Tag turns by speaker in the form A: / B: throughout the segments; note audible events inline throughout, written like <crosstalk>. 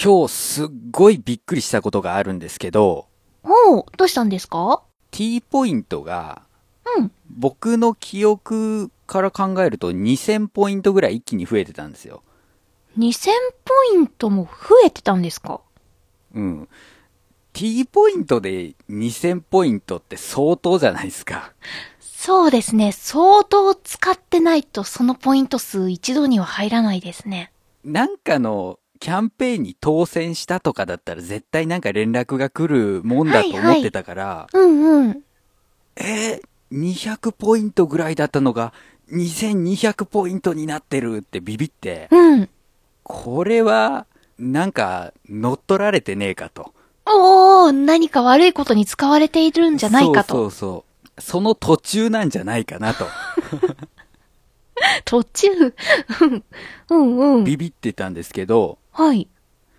A: 今日すっごいびっくりしたことがあるんですけど、
B: おう、どうしたんですか
A: T ポイントが、
B: うん。
A: 僕の記憶から考えると2000ポイントぐらい一気に増えてたんですよ。
B: 2000ポイントも増えてたんですか
A: うん。T ポイントで2000ポイントって相当じゃないですか。
B: そうですね。相当使ってないとそのポイント数一度には入らないですね。
A: なんかのキャンペーンに当選したとかだったら絶対なんか連絡が来るもんだと思ってたから、
B: うんうん。
A: えー、200ポイントぐらいだったのが2200ポイントになってるってビビって、
B: うん。
A: これはなんか乗っ取られてねえかと。
B: おー、何か悪いことに使われているんじゃないかと。
A: そうそうそう。その途中なんじゃないか
B: <laughs>
A: なと
B: 途中。うんうんうん。
A: ビビってたんですけど、
B: はい。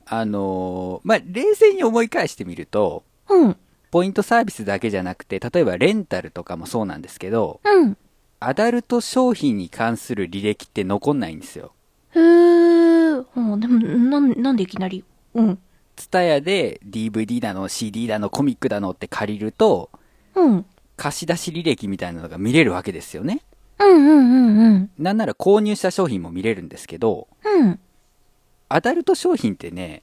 A: あのーまあ、冷静に思い返してみると、
B: うん。
A: ポイントサービスだけじゃなくて、例えばレンタルとかもそうなんですけど、
B: うん。
A: アダルト商品に関する履歴って残んないんですよ。
B: へー。うん、でも、なん、なんでいきなり。うん。
A: ツタヤで DVD だの CD だのコミックだのって借りると、
B: うん。
A: 貸し出し履歴みたいなのが見れるわけですよね。
B: うんうんうんうん。
A: なんなら購入した商品も見れるんですけど、
B: うん。
A: アダルト商品ってね、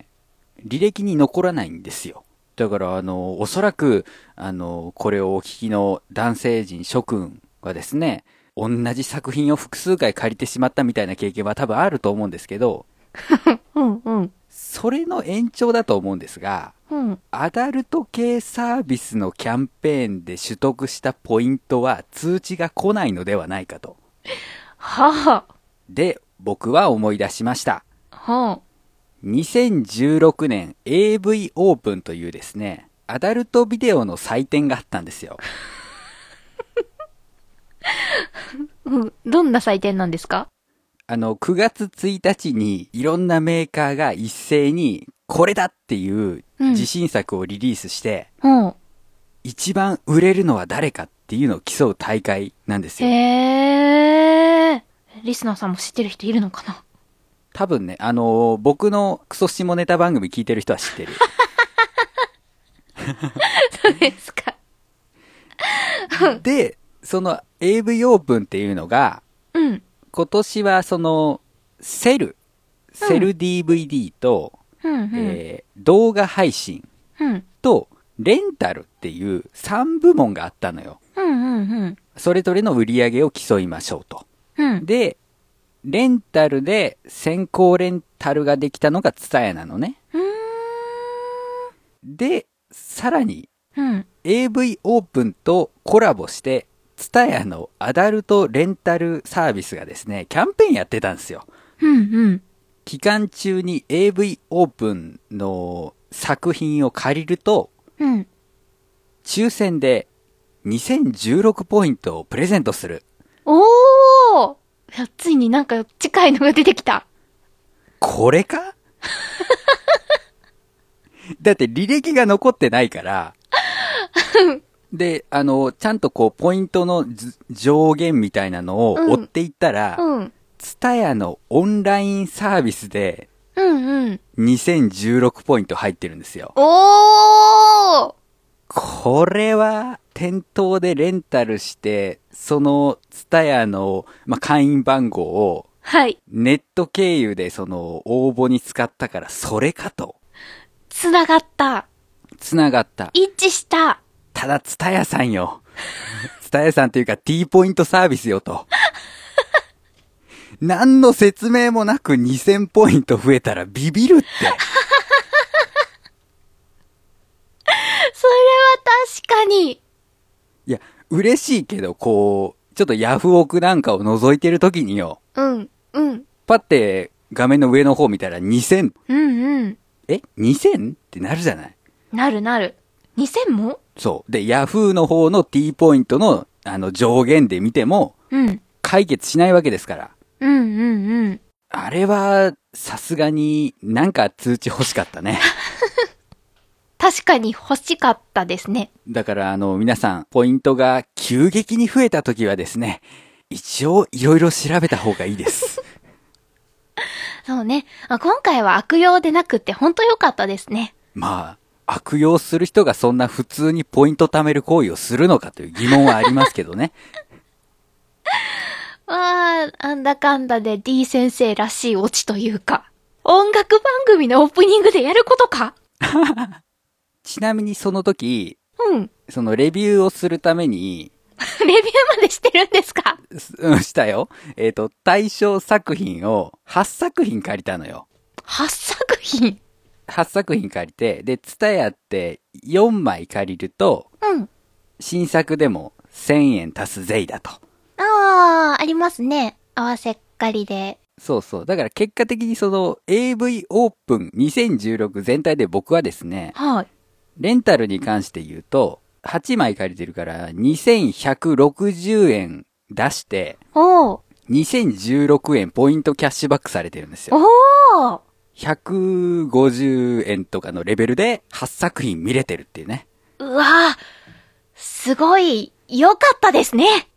A: 履歴に残らないんですよ。だから、あの、おそらく、あの、これをお聞きの男性人諸君はですね、同じ作品を複数回借りてしまったみたいな経験は多分あると思うんですけど、
B: うんうん。
A: それの延長だと思うんですが、
B: うん。
A: アダルト系サービスのキャンペーンで取得したポイントは通知が来ないのではないかと。
B: は
A: で、僕は思い出しました。
B: あ。はあ。
A: 2016年 AV オープンというですね、アダルトビデオの祭典があったんですよ。
B: うん。どんな祭典なんですか
A: あの、9月1日にいろんなメーカーが一斉にこれだっていう
B: うん
A: 自信作をリリースして、
B: うん。
A: 一番売れるのは誰かっていうのを競う大会なんです
B: へ
A: よ。
B: え。リスナーさんも知ってる人いるのかな
A: 多分ね、あのー僕のクソ下ネタ番組聞いてる人は知
B: <laughs>
A: ってる。
B: そうですか。
A: で、その AV オープンっていうのが、
B: うん。
A: 今年はその、セル、セル DVD と、
B: うんうん。
A: えー動画配信
B: うん。
A: と、レンタルっていう3部門があったのよ。
B: うんうんうん。
A: それぞれの売り上げを競いましょうと。
B: うん。
A: で、レンタルで先行レンタルができたのがツタヤなのね。
B: うーん。
A: で、さらに
B: うん。
A: AV オープンとコラボして、ツタヤのアダルトレンタルサービスがですね、キャンペーンやってたんですよ。
B: うんうん。
A: 期間中に AV オープンの作品を借りると、
B: うん。
A: 抽選で2016ポイントをプレゼントする。
B: おーいやついになんか近いのが出てきた。
A: これ
B: <laughs>
A: かだって履歴が残ってないから、で、あの、ちゃんとこう、ポイントのず上限みたいなのを追っていったら、
B: うん。
A: ツタヤのオンラインサービスで
B: うんうん。
A: 2016ポイント入ってるんですよ。
B: おー
A: これは店頭でレンタルして、そのツタヤの、まあ、会員番号を
B: はい。
A: ネット経由でその応募に使ったからそれかと。
B: つながった。
A: つながった。
B: 一致した。
A: ただツタヤさんよ。 <laughs> ツタヤさんというか T ポイントサービスよと。 <laughs> 何の説明もなく2000ポイント増えたらビビるって。
B: それは確かに。
A: いや、嬉しいけど、こう、ちょっとヤフオクなんかを覗いてる時によ、
B: うん、うん、
A: パって画面の上の方見たら2000、
B: うん、うん。
A: え ?2000? ってなるじゃない
B: なるなる。2000も
A: そう。で、ヤフーの方の T ポイントの、あの、上限で見ても、
B: うん、
A: 解決しないわけですから。
B: うん、うん、うん。
A: あれは、さすがになんか通知欲しかったね。
B: 確かに欲しかったですね。
A: だから、あの、皆さん、ポイントが急激に増えた時はですね、一応、いろいろ調べた方がいいです。
B: そうね。あ今回は悪用でなくて本当良かったですね。
A: まあ、悪用する人がそんな普通にポイント貯める行為をするのかという疑問はありますけどね。
B: まあ、なんだかんだで D 先生らしいオチというか、音楽番組のオープニングでやることか
A: ちなみにその時、
B: うん。 <laughs>
A: そのレビューをするために、
B: レビューまでしてるんですか
A: すうん、したよ。えっ、と、対象作品を8作品借りたのよ。
B: ?8 作品。
A: 8作品借りて、で、ツタヤって4枚借りると、
B: うん。
A: 新作でも1000円足す税だと。
B: ああ、ありますね。合わせっかりで。
A: そうそう。だから結果的にその AV オープン2016全体で僕はですね、
B: はい。
A: レンタルに関して言うと、8枚借りてるから2160円出して、
B: おー。
A: 2016円ポイントキャッシュバックされてるんですよ。
B: おー。
A: 150円とかのレベルで8作品見れてるっていうね。
B: うわー。すごい、良かったですね。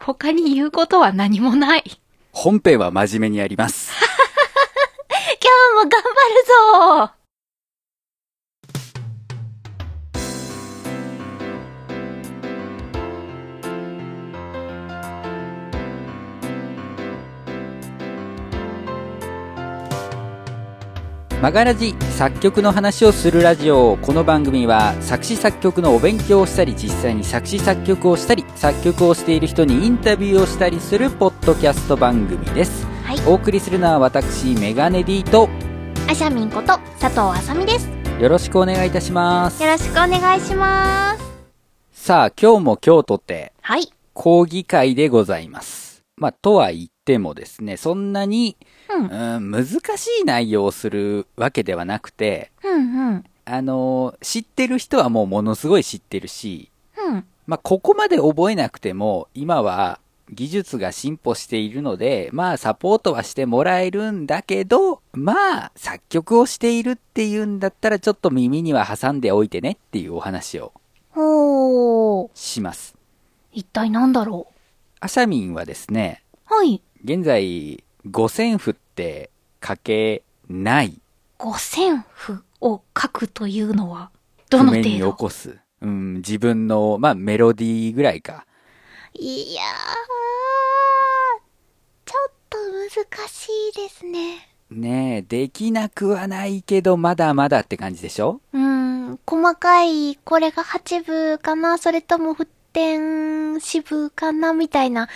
B: 他に言うことは何もない。
A: 本編は真面目にやります。
B: 今日も頑張るぞ
A: マガラジ作曲の話をするラジオこの番組は作詞作曲のお勉強をしたり実際に作詞作曲をしたり作曲をしている人にインタビューをしたりするポッドキャスト番組です、
B: はい
A: お送りするのは私メガネ D と
B: あしゃみんこと佐藤あさみです。
A: よろしくお願いいたします
B: よろしくお願いします。
A: さあ今日も今日とて
B: はい。
A: 講義会でございますまあとは言ってもですねそんなに、
B: う。
A: うんん、難しい内容をするわけではなくて
B: うんうん。
A: あの知ってる人はもうものすごい知ってるし
B: うん。
A: まあ、ここまで覚えなくても、今は技術が進歩しているので、まあ、サポートはしてもらえるんだけど、まあ、作曲をしているっていうんだったら、ちょっと耳には挟んでおいてねっていうお話を
B: ほー。
A: します。
B: 一体なんだろ
A: アシャミンはですね、
B: う。はい。
A: 現在、五線譜って書けない。
B: 五線譜を書くというのは、ど
A: 譜
B: の
A: 面
B: 程
A: に起
B: 度
A: こす。うん、自分の、まあ、メロディーぐらいか。
B: いやー、ちょっと難しいですね。
A: ねえ、できなくはないけど、まだまだって感じでしょ
B: うーん、細かい、これが八部かな、それとも沸点四部かな、みたいな、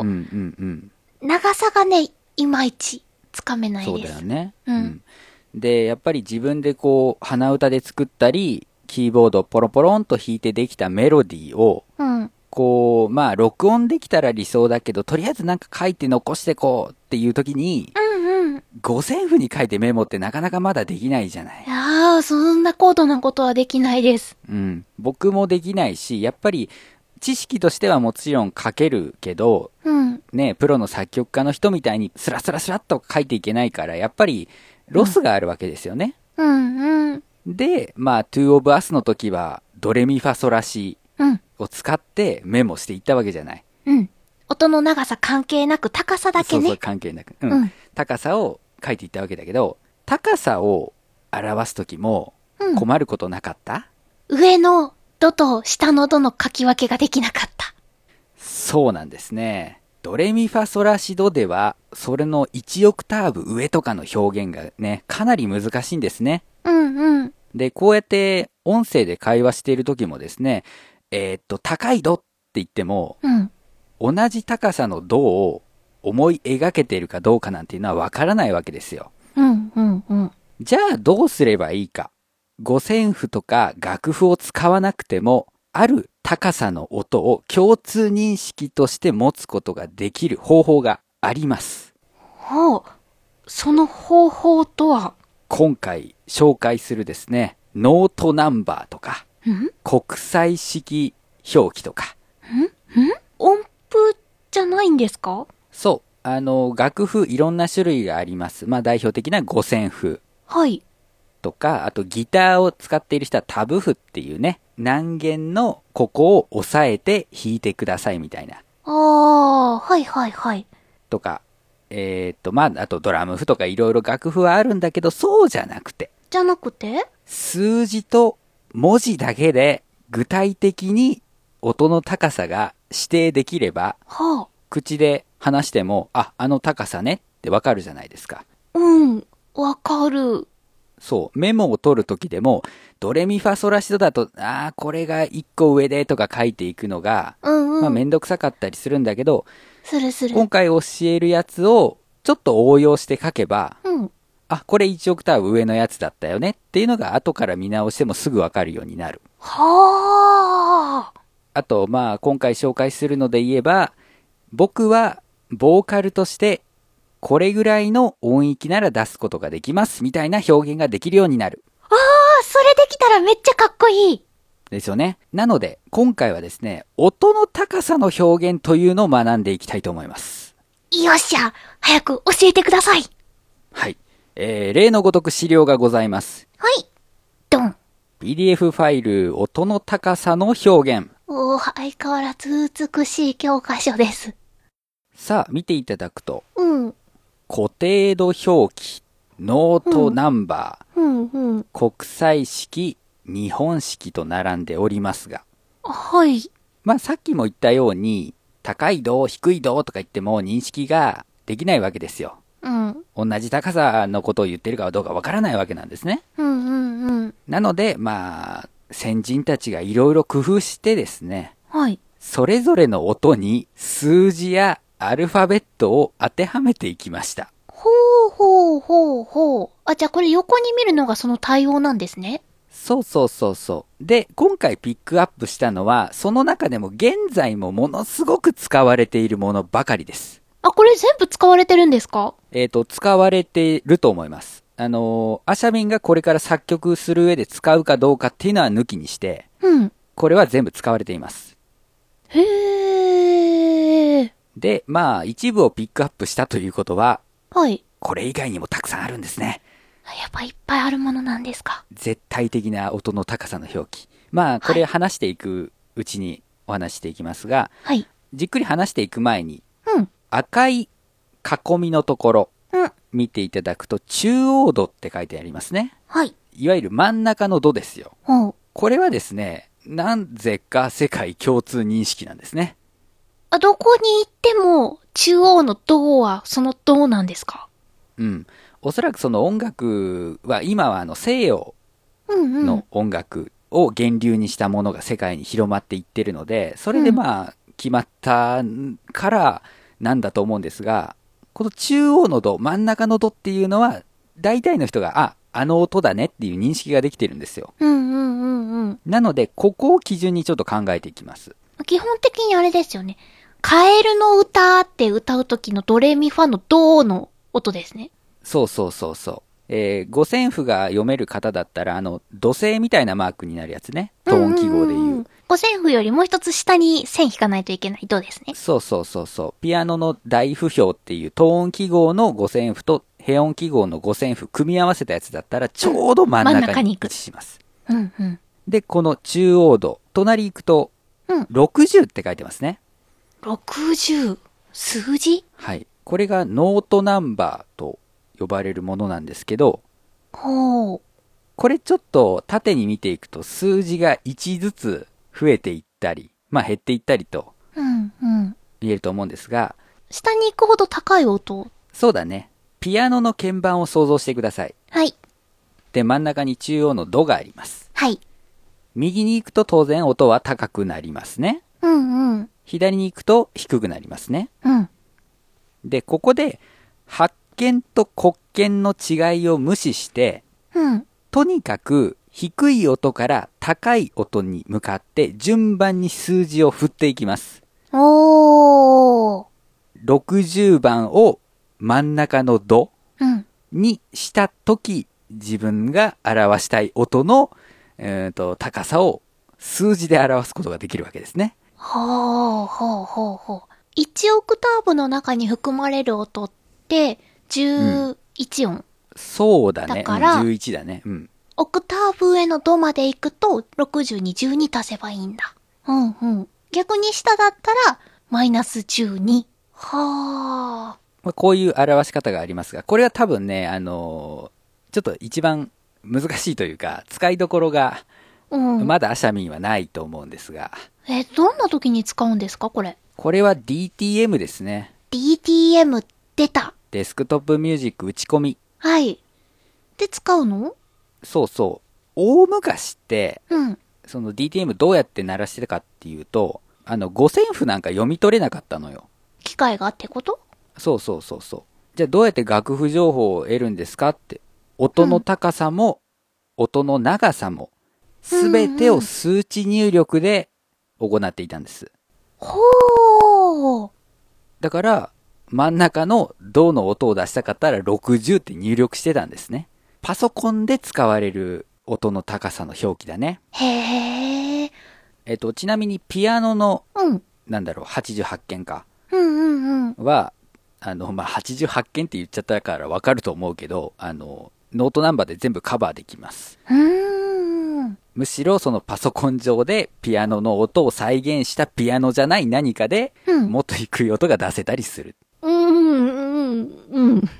A: う
B: う、
A: んうんうん。
B: 長さがね、いまいち、つかめない
A: そう
B: で
A: だよ
B: す。
A: ね。
B: うん
A: で、やっぱり自分でこう、鼻歌で作ったり、キーボードポロポロンと弾いてできたメロディーを、
B: うん。
A: こう、まあ、録音できたら理想だけど、とりあえずなんか書いて残してこうっていう時に、
B: うんうん。
A: 五線譜に書いてメモってなかなかまだできないじゃない。
B: ああ、そんな高度なことはできないです。
A: うん。僕もできないし、やっぱり、知識としてはもちろん書けるけど、
B: うん。
A: ね、プロの作曲家の人みたいにスラスラスラっと書いていけないから、やっぱり、ロスがあるわけですよね。
B: うんうん。
A: で、まあ、2 of us の時は、ドレミファソラシ
B: うん。
A: を使ってメモしていったわけじゃない。
B: うん。音の長さ関係なく高さだけ
A: そう
B: ね。
A: そう、関係なく。うん。
B: うん
A: 高さを書いていったわけだけど、高さを表す時も
B: うん
A: 困ることなかった、
B: 上のドと下のドの書き分けができなかった。
A: そうなんですね。ドレミファソラシドでは、それの1オクターブ上とかの表現がね、かなり難しいんですね。
B: うんうん。
A: で、こうやって音声で会話している時もですね、えーっと、高いドって言っても、
B: うん。
A: 同じ高さの銅を思い描けているかどうかなんていうのはわからないわけですよ。
B: うんうんうん。
A: じゃあどうすればいいか。五線譜とか楽譜を使わなくても、ある高さの音を共通認識として持つことができる方法があります。
B: ほう。その方法とは、
A: 今回紹介するですね、ノートナンバーとか、
B: ん
A: 国際式表記とか、
B: 音符じゃないんですか
A: そう、あの、楽譜いろんな種類があります。まあ代表的な五線譜。
B: はい。
A: とか、あとギターを使っている人はタブ譜っていうね、難弦のここを押さえて弾いてくださいみたいな。
B: ああ、はいはいはい。
A: とか、えーっと、まあ、あとドラム譜とかいろいろ楽譜はあるんだけど、そうじゃなくて、
B: じゃなくて
A: 数字と文字だけで具体的に音の高さが指定できれば、
B: は
A: 口で話しても、あ、あの高さねってわかるじゃないですか。
B: あ。うん。わかる。
A: そう、メモを取るときでも、ドレミファソラシドだと、ああ、これが一個上でとか書いていくのが、
B: うんうん。
A: まあめんどくさかったりするんだけど、
B: するする。
A: 今回教えるやつをちょっと応用して書けば、
B: うん。
A: あ、これ1オクターブ上のやつだったよねっていうのが後から見直してもすぐわかるようになる。
B: はあ。
A: あと、まあ、今回紹介するので言えば、僕はボーカルとして、これぐらいの音域なら出すことができます、みたいな表現ができるようになる。
B: あ、それできたらめっちゃかっこいい。
A: ですよね。なので、今回はですね、音の高さの表現というのを学んでいきたいと思います。
B: よっしゃ。早く教えてください。
A: はい。えー、例のごとく資料がございます。
B: はい。ドン。
A: PDF ファイル、音の高さの表現。
B: おー、相変わらず美しい教科書です。
A: さあ、見ていただくと、
B: うん。
A: 固定度表記、ノートナンバー、
B: うんうん。
A: 国際式、日本式と並んでおりますが、
B: はい。
A: まあさっきも言ったように、高い度、低い度とか言っても認識ができないわけですよ。
B: うん。うん
A: 同じ高さのことを言ってるかどうかわからないわけなんですね。
B: うんうん。
A: なので、まあ、先人たちがいろいろ工夫してですね、
B: はい。
A: それぞれの音に数字やアルファベットを当てはめていきました。
B: ほうほうほうほう。あ、じゃあこれ横に見るのがその対応なんですね。
A: そうそうそうそう。で、今回ピックアップしたのは、その中でも現在もものすごく使われているものばかりです。
B: あ、これ全部使われてるんですか
A: えっ、と、使われていると思います。あのーアシャミンがこれから作曲する上で使うかどうかっていうのは抜きにして、
B: うん。
A: これは全部使われています。
B: へー。
A: で、まあ、一部をピックアップしたということは、
B: はい。
A: これ以外にもたくさんあるんですね。
B: やっぱいっぱいあるものなんですか。
A: 絶対的な音の高さの表記。まあ、これ話していくうちにお話していきますが、
B: はい。
A: じっくり話していく前に、
B: うん。
A: 赤い囲みのところ
B: うん。
A: 見ていただくと中央度って書いてありますね。
B: はい。
A: いわゆる真ん中の度ですよ。
B: ほう。
A: これはですね、なんぜか世界共通認識なんですね。
B: あ、どこに行っても、中央の銅はその銅なんですか
A: うん。おそらくその音楽は今はあの西洋
B: うんうん。
A: の音楽を源流にしたものが世界に広まっていってるので、それでまあ決まったからなんだと思うんですが、この中央の度、真ん中の度っていうのは大体の人が、あ、あの音だねっていう認識ができてるんですよ。
B: うんうんうんうん。
A: なので、ここを基準にちょっと考えていきます。
B: 基本的にあれですよね。カエルの歌って歌う時のドレミファの銅の音ですね。
A: そうそうそうそう。えー五線譜が読める方だったら、あの、土星みたいなマークになるやつね。トーン記号で言う。
B: んんん。五線譜よりもう一つ下に線引かないといけない銅ですね。
A: そうそうそうそう。ピアノの大譜表っていうトーン記号の五線譜と平音記号の五線譜組み合わせたやつだったら、ちょうど真ん
B: 真ん
A: 中
B: 中
A: に
B: に
A: 位
B: 行く
A: 置します。
B: うんうん。
A: で、この中央度、隣行くと、
B: うん
A: 60って書いてますね。
B: 60。数字
A: はい。これがノートナンバーと呼ばれるものなんですけど、
B: ほう。
A: これちょっと縦に見ていくと数字が1ずつ増えていったり、まあ減っていったりと
B: うんうん。
A: 言えると思うんですが、
B: 下に行くほど高い音。
A: そうだね。ピアノの鍵盤を想像してください。
B: はい。
A: で、真ん中に中央のドがあります。
B: はい。
A: 右に行くと当然音は高くなりますね。
B: うんうん。
A: 左に行くと低くなりますね。
B: うん。
A: で、ここで発見と黒鍵の違いを無視して、
B: うん。
A: とにかく低い音から高い音に向かって順番に数字を振っていきます。
B: おー。
A: 60番を真ん中のド
B: うん。
A: にしたとき、自分が表したい音の、えー、と高さを数字で表すことができるわけですね。
B: ほうほうほうほう。1オクターブの中に含まれる音って、11音。
A: そうだね。
B: だから
A: うん11だね。うん。
B: オクターブ上のドまで行くと、60に12足せばいいんだ。うんうん。逆に下だったら、マイナス12。はあ。
A: まあ、こういう表し方がありますが、これは多分ね、あのーちょっと一番難しいというか、使いどころが、
B: うん。
A: まだアシャミンはないと思うんですが、
B: え、どんな時に使うんですかこれ。
A: これは DTM ですね。
B: DTM 出た。
A: デスクトップミュージック打ち込み。
B: はい。で、使うの
A: そうそう。大昔って、
B: うん。
A: その DTM どうやって鳴らしてたかっていうと、あの、五線譜なんか読み取れなかったのよ。
B: 機械がってこと
A: そうそうそうそう。じゃあどうやって楽譜情報を得るんですかって。音の高さも、音の長さも、すべてを数値入力で行っていたんです。
B: ほー。
A: だから、真ん中のドの音を出したかったら60って入力してたんですね。パソコンで使われる音の高さの表記だね。
B: へー。
A: えっと、ちなみにピアノの、
B: うん。
A: なんだろう、88件か。
B: うんうんうん。
A: は、あの、まあ、88件って言っちゃったからわかると思うけど、あの、ノートナンバーで全部カバーできます。
B: うーん。
A: むしろそのパソコン上でピアノの音を再現したピアノじゃない何かで、
B: うん。
A: もっと低い音が出せたりする。
B: うん、うん、うん。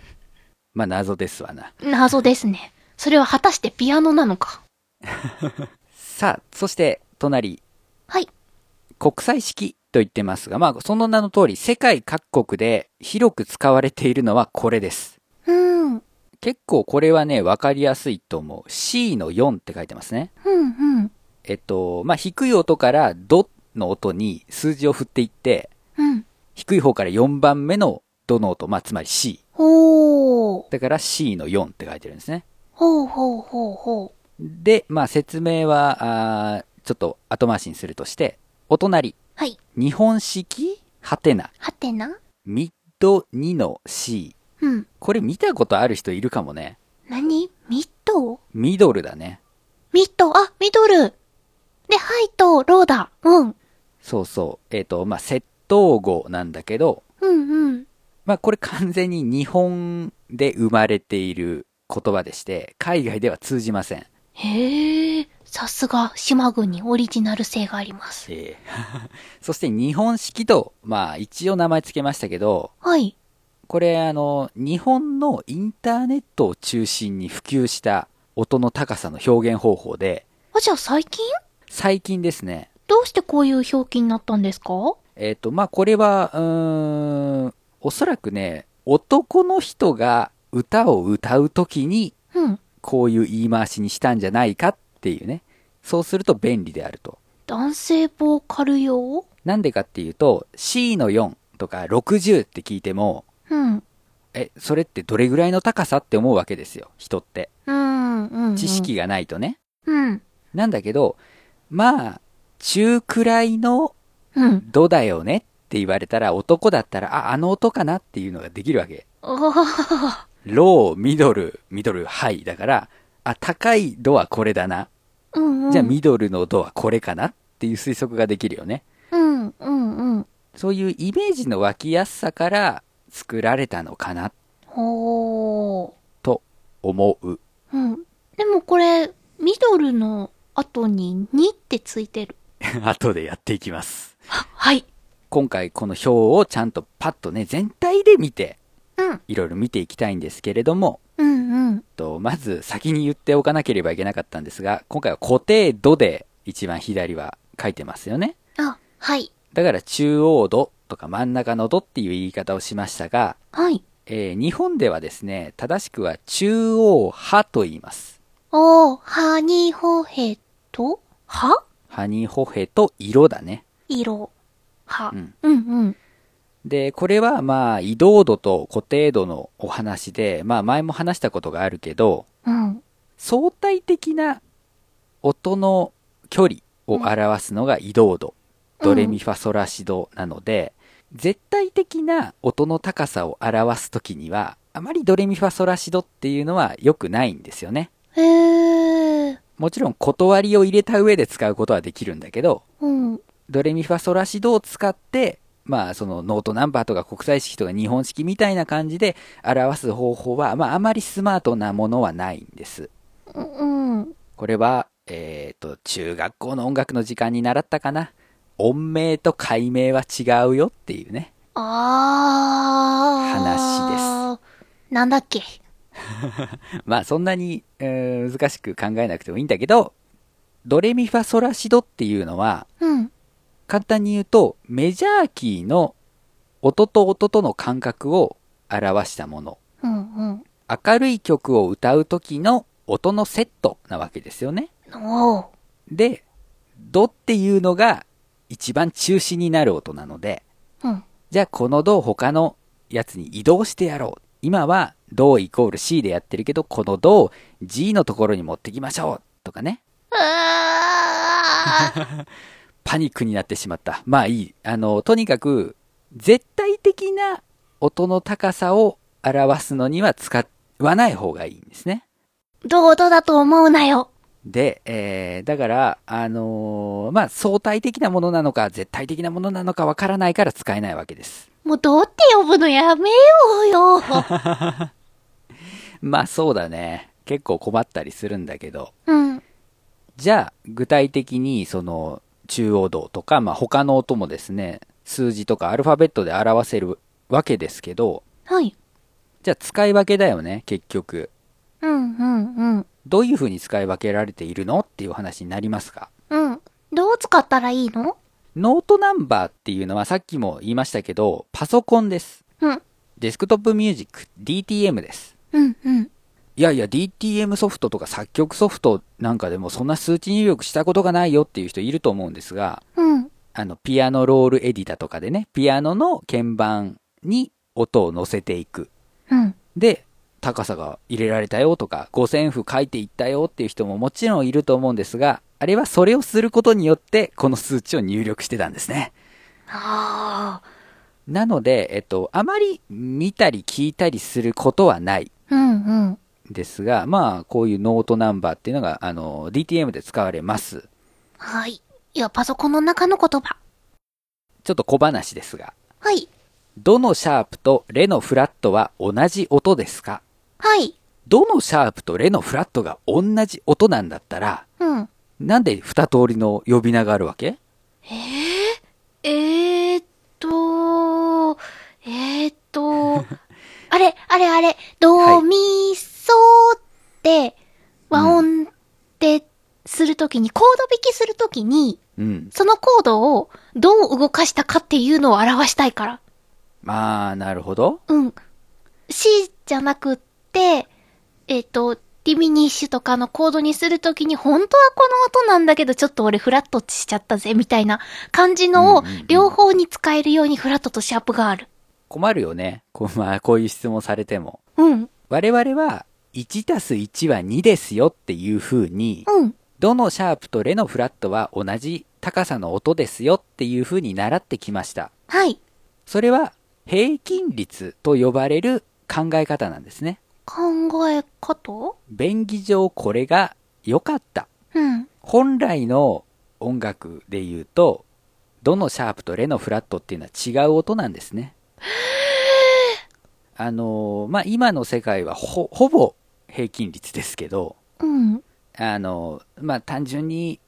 A: まあ、謎ですわな。
B: 謎ですね。それは果たしてピアノなのか。
A: さあ、そして、隣、
B: はい。
A: 国際式と言ってますが、まあ、その名の通り、世界各国で広く使われているのはこれです。
B: うん。うん、
A: 結構これはね、わかりやすいと思う。C の4って書いてますね。
B: うん。
A: えっと、まあ、低い音からドの音に数字を振っていって、
B: うん。
A: 低い方から4番目のドの音、まあ、つまり C。
B: ほー。
A: だから C の4って書いてるんですね。
B: ほうほうほうほう。
A: で、まあ、説明は、あーちょっと後回しにするとして、お隣、
B: はい。
A: 日本式ハテナ、
B: はてな
A: ミッド2の C。
B: うん。
A: これ見たことある人いるかもね。
B: 何ミッド
A: ミドルだね。
B: ミッド、あ、ミドル。で、ハイとローだ。うん。
A: そうそう。えっと、まあ、窃盗語なんだけど、
B: うんうん。
A: まあこれ完全に日本で生まれている言葉でして、海外では通じません。
B: へー。さすが、島国オリジナル性があります。
A: えー <laughs> そして日本式と、まあ一応名前つけましたけど、
B: はい。
A: これあの、日本のインターネットを中心に普及した音の高さの表現方法で、
B: あ、じゃあ最近
A: 最近ですね、
B: どうしてこういう表記になったんですか
A: えっ、と、まあこれは、うーん、おそらくね、男の人が歌を歌うときに
B: うん。
A: こういう言い回しにしたんじゃないかっていうね。そうすると便利であると。
B: 男性ボーカル用
A: なんでかっていうと、C の4とか60って聞いても、
B: うん。
A: え、それってどれぐらいの高さって思うわけですよ、人って。
B: うん、うん。
A: 知。識がないとね。
B: うん。
A: なんだけど、まあ、中くらいの
B: うん。
A: 度だよねって言われたら、男だったら、あ、あの音かなっていうのができるわけ。
B: おー
A: ロー、ミドル、ミドル、ハイだから、あ、高い度はこれだな。
B: うん、うん。
A: じゃあミドルの度はこれかなっていう推測ができるよね。
B: うん、うん、うん。
A: そういうイメージの湧きやすさから作られたのかな
B: ほー。
A: と思う。 <laughs>
B: うん。でもこれ、ミドルの後に2ってついてる。
A: 後でやっていきます。
B: は、はい。
A: 今回この表をちゃんとパッとね、全体で見て、
B: うん。
A: いろいろ見ていきたいんですけれども、
B: うん、うん。
A: とまず先に言っておかなければいけなかったんですが、今回は固定度で一番左は書いてますよね。
B: あ、はい。
A: だから中央度とか真ん中の度っていう言い方をしましたが、
B: はい。
A: えー日本ではですね、正しくは中央派と言います。
B: おー、はにほへと、は
A: ハニホヘと色だね。
B: 色。は。
A: う
B: うんん、うん。
A: で、これはまあ移動度と固定度のお話で、まあ前も話したことがあるけど、
B: うん。
A: 相対的な音の距離を表すのが移動度。
B: うん
A: ドレミファソラシドなので、絶対的な音の高さを表すときには、あまりドレミファソラシドっていうのは良くないんですよね。
B: へー。
A: もちろん断りを入れた上で使うことはできるんだけど、
B: うん。
A: ドレミファソラシドを使って、まあ、そのノートナンバーとか国際式とか日本式みたいな感じで表す方法は、まあ、あまりスマートなものはないんです。
B: うん。
A: これは、えっ、と、中学校の音楽の時間に習ったかな。音名と解明は違うよっていうね。
B: あー。
A: 話
B: です。なんだっけ
A: まあそんなに、えー難しく考えなくてもいいんだけど、ドレミファソラシドっていうのは、
B: うん。
A: 簡単に言うと、メジャーキーの音と音との間隔を表したもの。
B: うん
A: 明るい曲を歌う時の音のセットなわけですよね。
B: うん。おー。
A: で、ドっていうのが一番中心になる音なので、
B: うん。
A: じゃあこのドを他のやつに移動してやろう。今はドイコール C でやってるけど、このドを G のところに持ってきましょうとかね。
B: あー。
A: パニックになってしまった。まあいい。あの、とにかく、絶対的な音の高さを表すのには使わない方がいいんですね。
B: どうどだと思うなよ。
A: で、えーだから、あのーまあ、相対的なものなのか、絶対的なものなのかわからないから使えないわけです。
B: もうどうって呼ぶのやめようよ。
A: まあ、そうだね。結構困ったりするんだけど。
B: うん。
A: じゃあ、具体的に、その、中央道とか、まあ、他の音もですね、数字とかアルファベットで表せるわけですけど、
B: はい。
A: じゃあ使い分けだよね、結局。
B: うんうんうん。
A: どういう風に使い分けられているのっていう話になりますが。
B: うん。どう使ったらいいの
A: ノートナンバーっていうのはさっきも言いましたけど、パソコンです。
B: うん。
A: デスクトップミュージック、DTM です。
B: うんうん。
A: いやいや、DTM ソフトとか作曲ソフトなんかでもそんな数値入力したことがないよっていう人いると思うんですが、
B: うん。
A: あの、ピアノロールエディタとかでね、ピアノの鍵盤に音を乗せていく。
B: うん。
A: で、高さが入れられたよとか、五線譜書いていったよっていう人ももちろんいると思うんですが、あれはそれをすることによって、この数値を入力してたんですね。
B: あ
A: なので、えっと、あまり見たり聞いたりすることはない
B: あ。うんうん。
A: ですが、まあ、こういうノートナンバーっていうのが、あの、DTM で使われます。
B: はい。いや、パソコンの中の言葉。
A: ちょっと小話ですが、
B: はい。
A: どのシャープとレのフラットは同じ音ですか
B: はい。
A: どのシャープとレのフラットが同じ音なんだったら、
B: うん。
A: なんで二通りの呼び名があるわけ
B: えーっと、えーっと、あれ、あれ、あれ、ドミソって、和音ってするときに、コード引きするときに、
A: うん。
B: そのコードをどう動かしたかっていうのを表したいから。
A: まあ、なるほど。
B: うん。C じゃなくって、えっ、と、ディミニッシュとかのコードにするときに、本当はこの音なんだけど、ちょっと俺フラットしちゃったぜ、みたいな感じの
A: う
B: を
A: んうんうん、
B: 両方に使えるようにフラットとシャープがある。
A: 困るよね。こうまあ、こういう質問されても。
B: うん、
A: 我々は、1たす1は2ですよっていう風に、
B: うん、
A: どのシャープとレのフラットは同じ高さの音ですよっていう風に習ってきました。
B: はい。
A: それは、平均率と呼ばれる考え方なんですね。
B: 考え方
A: 便宜上これが良かった。
B: うん、
A: 本来の音楽で言うと、どのシャープとレのフラットっていうのは違う音なんですね。あのーまあ、今の世界はほ、ほぼ平均率ですけど、
B: うん、
A: あのーまあ、単純に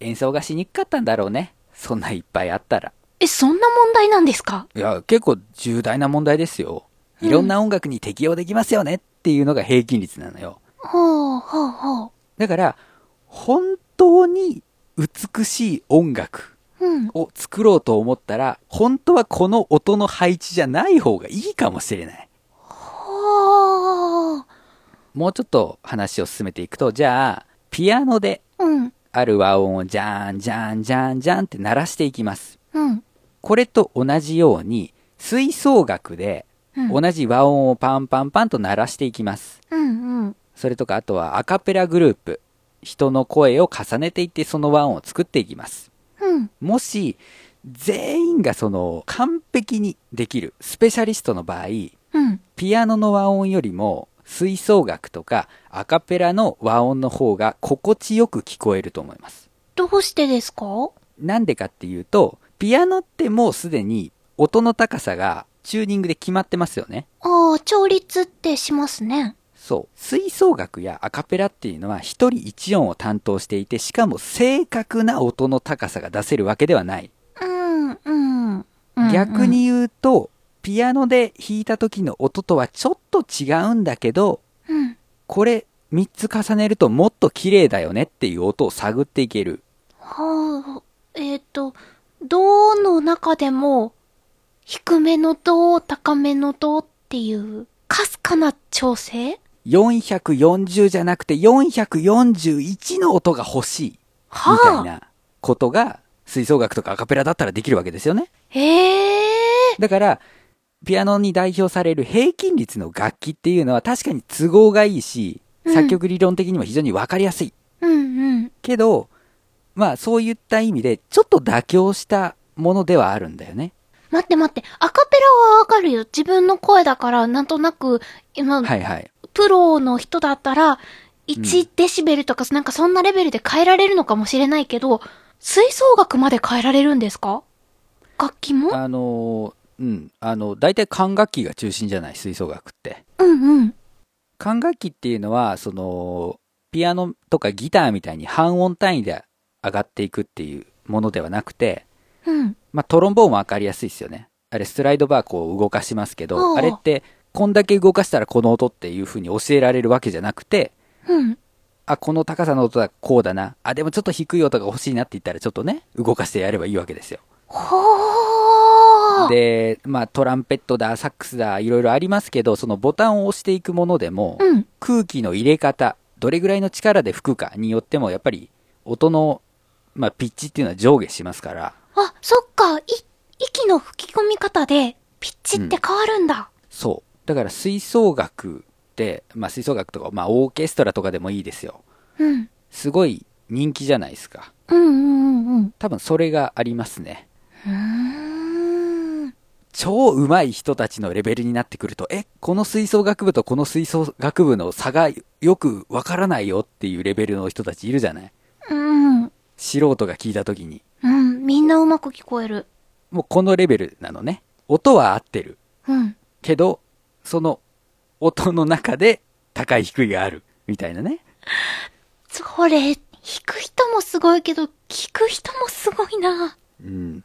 A: 演奏がしにくかったんだろうね。そんないっぱいあったら。
B: え、そんな問題なんですか
A: いや、結構重大な問題ですよ。いろんな音楽に適用できますよねっていうのが平均率なのよ。
B: ほう、ほう、ほう。
A: だから、本当に美しい音楽
B: うん、
A: を作ろうと思ったら、本当はこの音の配置じゃない方がいいかもしれない。
B: ほう、
A: もうちょっと話を進めていくと、じゃあ、ピアノで
B: うん、
A: ある和音をジャーンジャーンジャーンジャーンって鳴らしていきます。
B: うん、
A: これと同じように、吹奏楽で
B: うん、
A: 同じ和音をパンパンパンと鳴らしていきます。
B: うん、うん、
A: それとか、あとはアカペラグループ。人の声を重ねていってその和音を作っていきます。
B: うん、
A: もし、全員がその完璧にできるスペシャリストの場合、
B: うん。
A: ピアノの和音よりも吹奏楽とかアカペラの和音の方が心地よく聞こえると思います。
B: どうしてですか
A: なんでかっていうと、ピアノってもうすでに音の高さがチューニングで決まってますよね。
B: ああ、調律ってしますね。
A: そう。吹奏楽やアカペラっていうのは一人一音を担当していて、しかも正確な音の高さが出せるわけではない。
B: うん、うん。うん
A: 逆に言うと、ピアノで弾いた時の音とはちょっと違うんだけど、
B: うん。
A: これ3つ重ねるともっと綺麗だよねっていう音を探っていける。
B: はあ、えっ、と、銅の中でも、低めの銅、高めの銅っていう、かすかな調整
A: 440じゃなくて441の音が欲しい。みたい
B: はあ、
A: なことが、吹奏楽とかアカペラだったらできるわけですよね。
B: ええ
A: だから、ピアノに代表される平均率の楽器っていうのは確かに都合がいいし、
B: うん
A: 作曲理論的にも非常にわかりやすい。
B: うんうん。
A: けど、まあそういった意味で、ちょっと妥協したものではあるんだよね。
B: 待って待って、アカペラはわかるよ。自分の声だから、なんとなく、今、
A: はいはい。
B: プロの人だったら、1デシベルとか、なんかそんなレベルで変えられるのかもしれないけど、吹奏楽まで変えられるんですか楽器も
A: あのーうん。あの、大体管楽器が中心じゃない、吹奏楽って。
B: うんうん。
A: 管楽器っていうのは、その、ピアノとかギターみたいに半音単位で上がっていくっていうものではなくて、
B: うん。
A: まあ、トロンボーンも分かりやすいですよね。あれ、スライドバーこう動かしますけ
B: おうお
A: ど、
B: う
A: あれって、こんだけ動かしたらこの音っていう風に教えられるわけじゃなくて、
B: うん。
A: あ、この高さの音だ、こうだな。あ、でもちょっと低い音が欲しいなって言ったらちょっとね、動かしてやればいいわけですよ。
B: ほー。
A: で、まあ、トランペットだ、サックスだ、いろいろありますけど、そのボタンを押していくものでも、
B: うん。
A: 空気の入れ方、どれぐらいの力で吹くかによっても、やっぱり音の、まあ、ピッチっていうのは上下しますから、
B: あ、そっか、い、息の吹き込み方で、ピッチって変わるんだ。
A: そう。だから吹奏楽って、まあ吹奏楽とか、まあオーケストラとかでもいいですよ。
B: うん。
A: すごい人気じゃないですか。
B: うんうんうんうん。
A: 多分それがありますね。
B: うーん。
A: 超上手い人たちのレベルになってくると、え、この吹奏楽部とこの吹奏楽部の差がよくわからないよっていうレベルの人たちいるじゃない
B: うん。
A: 素人が聞いた時に。
B: うん。みんなうまく聞こえる。
A: もうこのレベルなのね。音は合ってる。
B: うん。
A: けど、その音の中で高い低いがある。みたいなね。
B: それ、弾く人もすごいけど、聞く人もすごいな。
A: うん、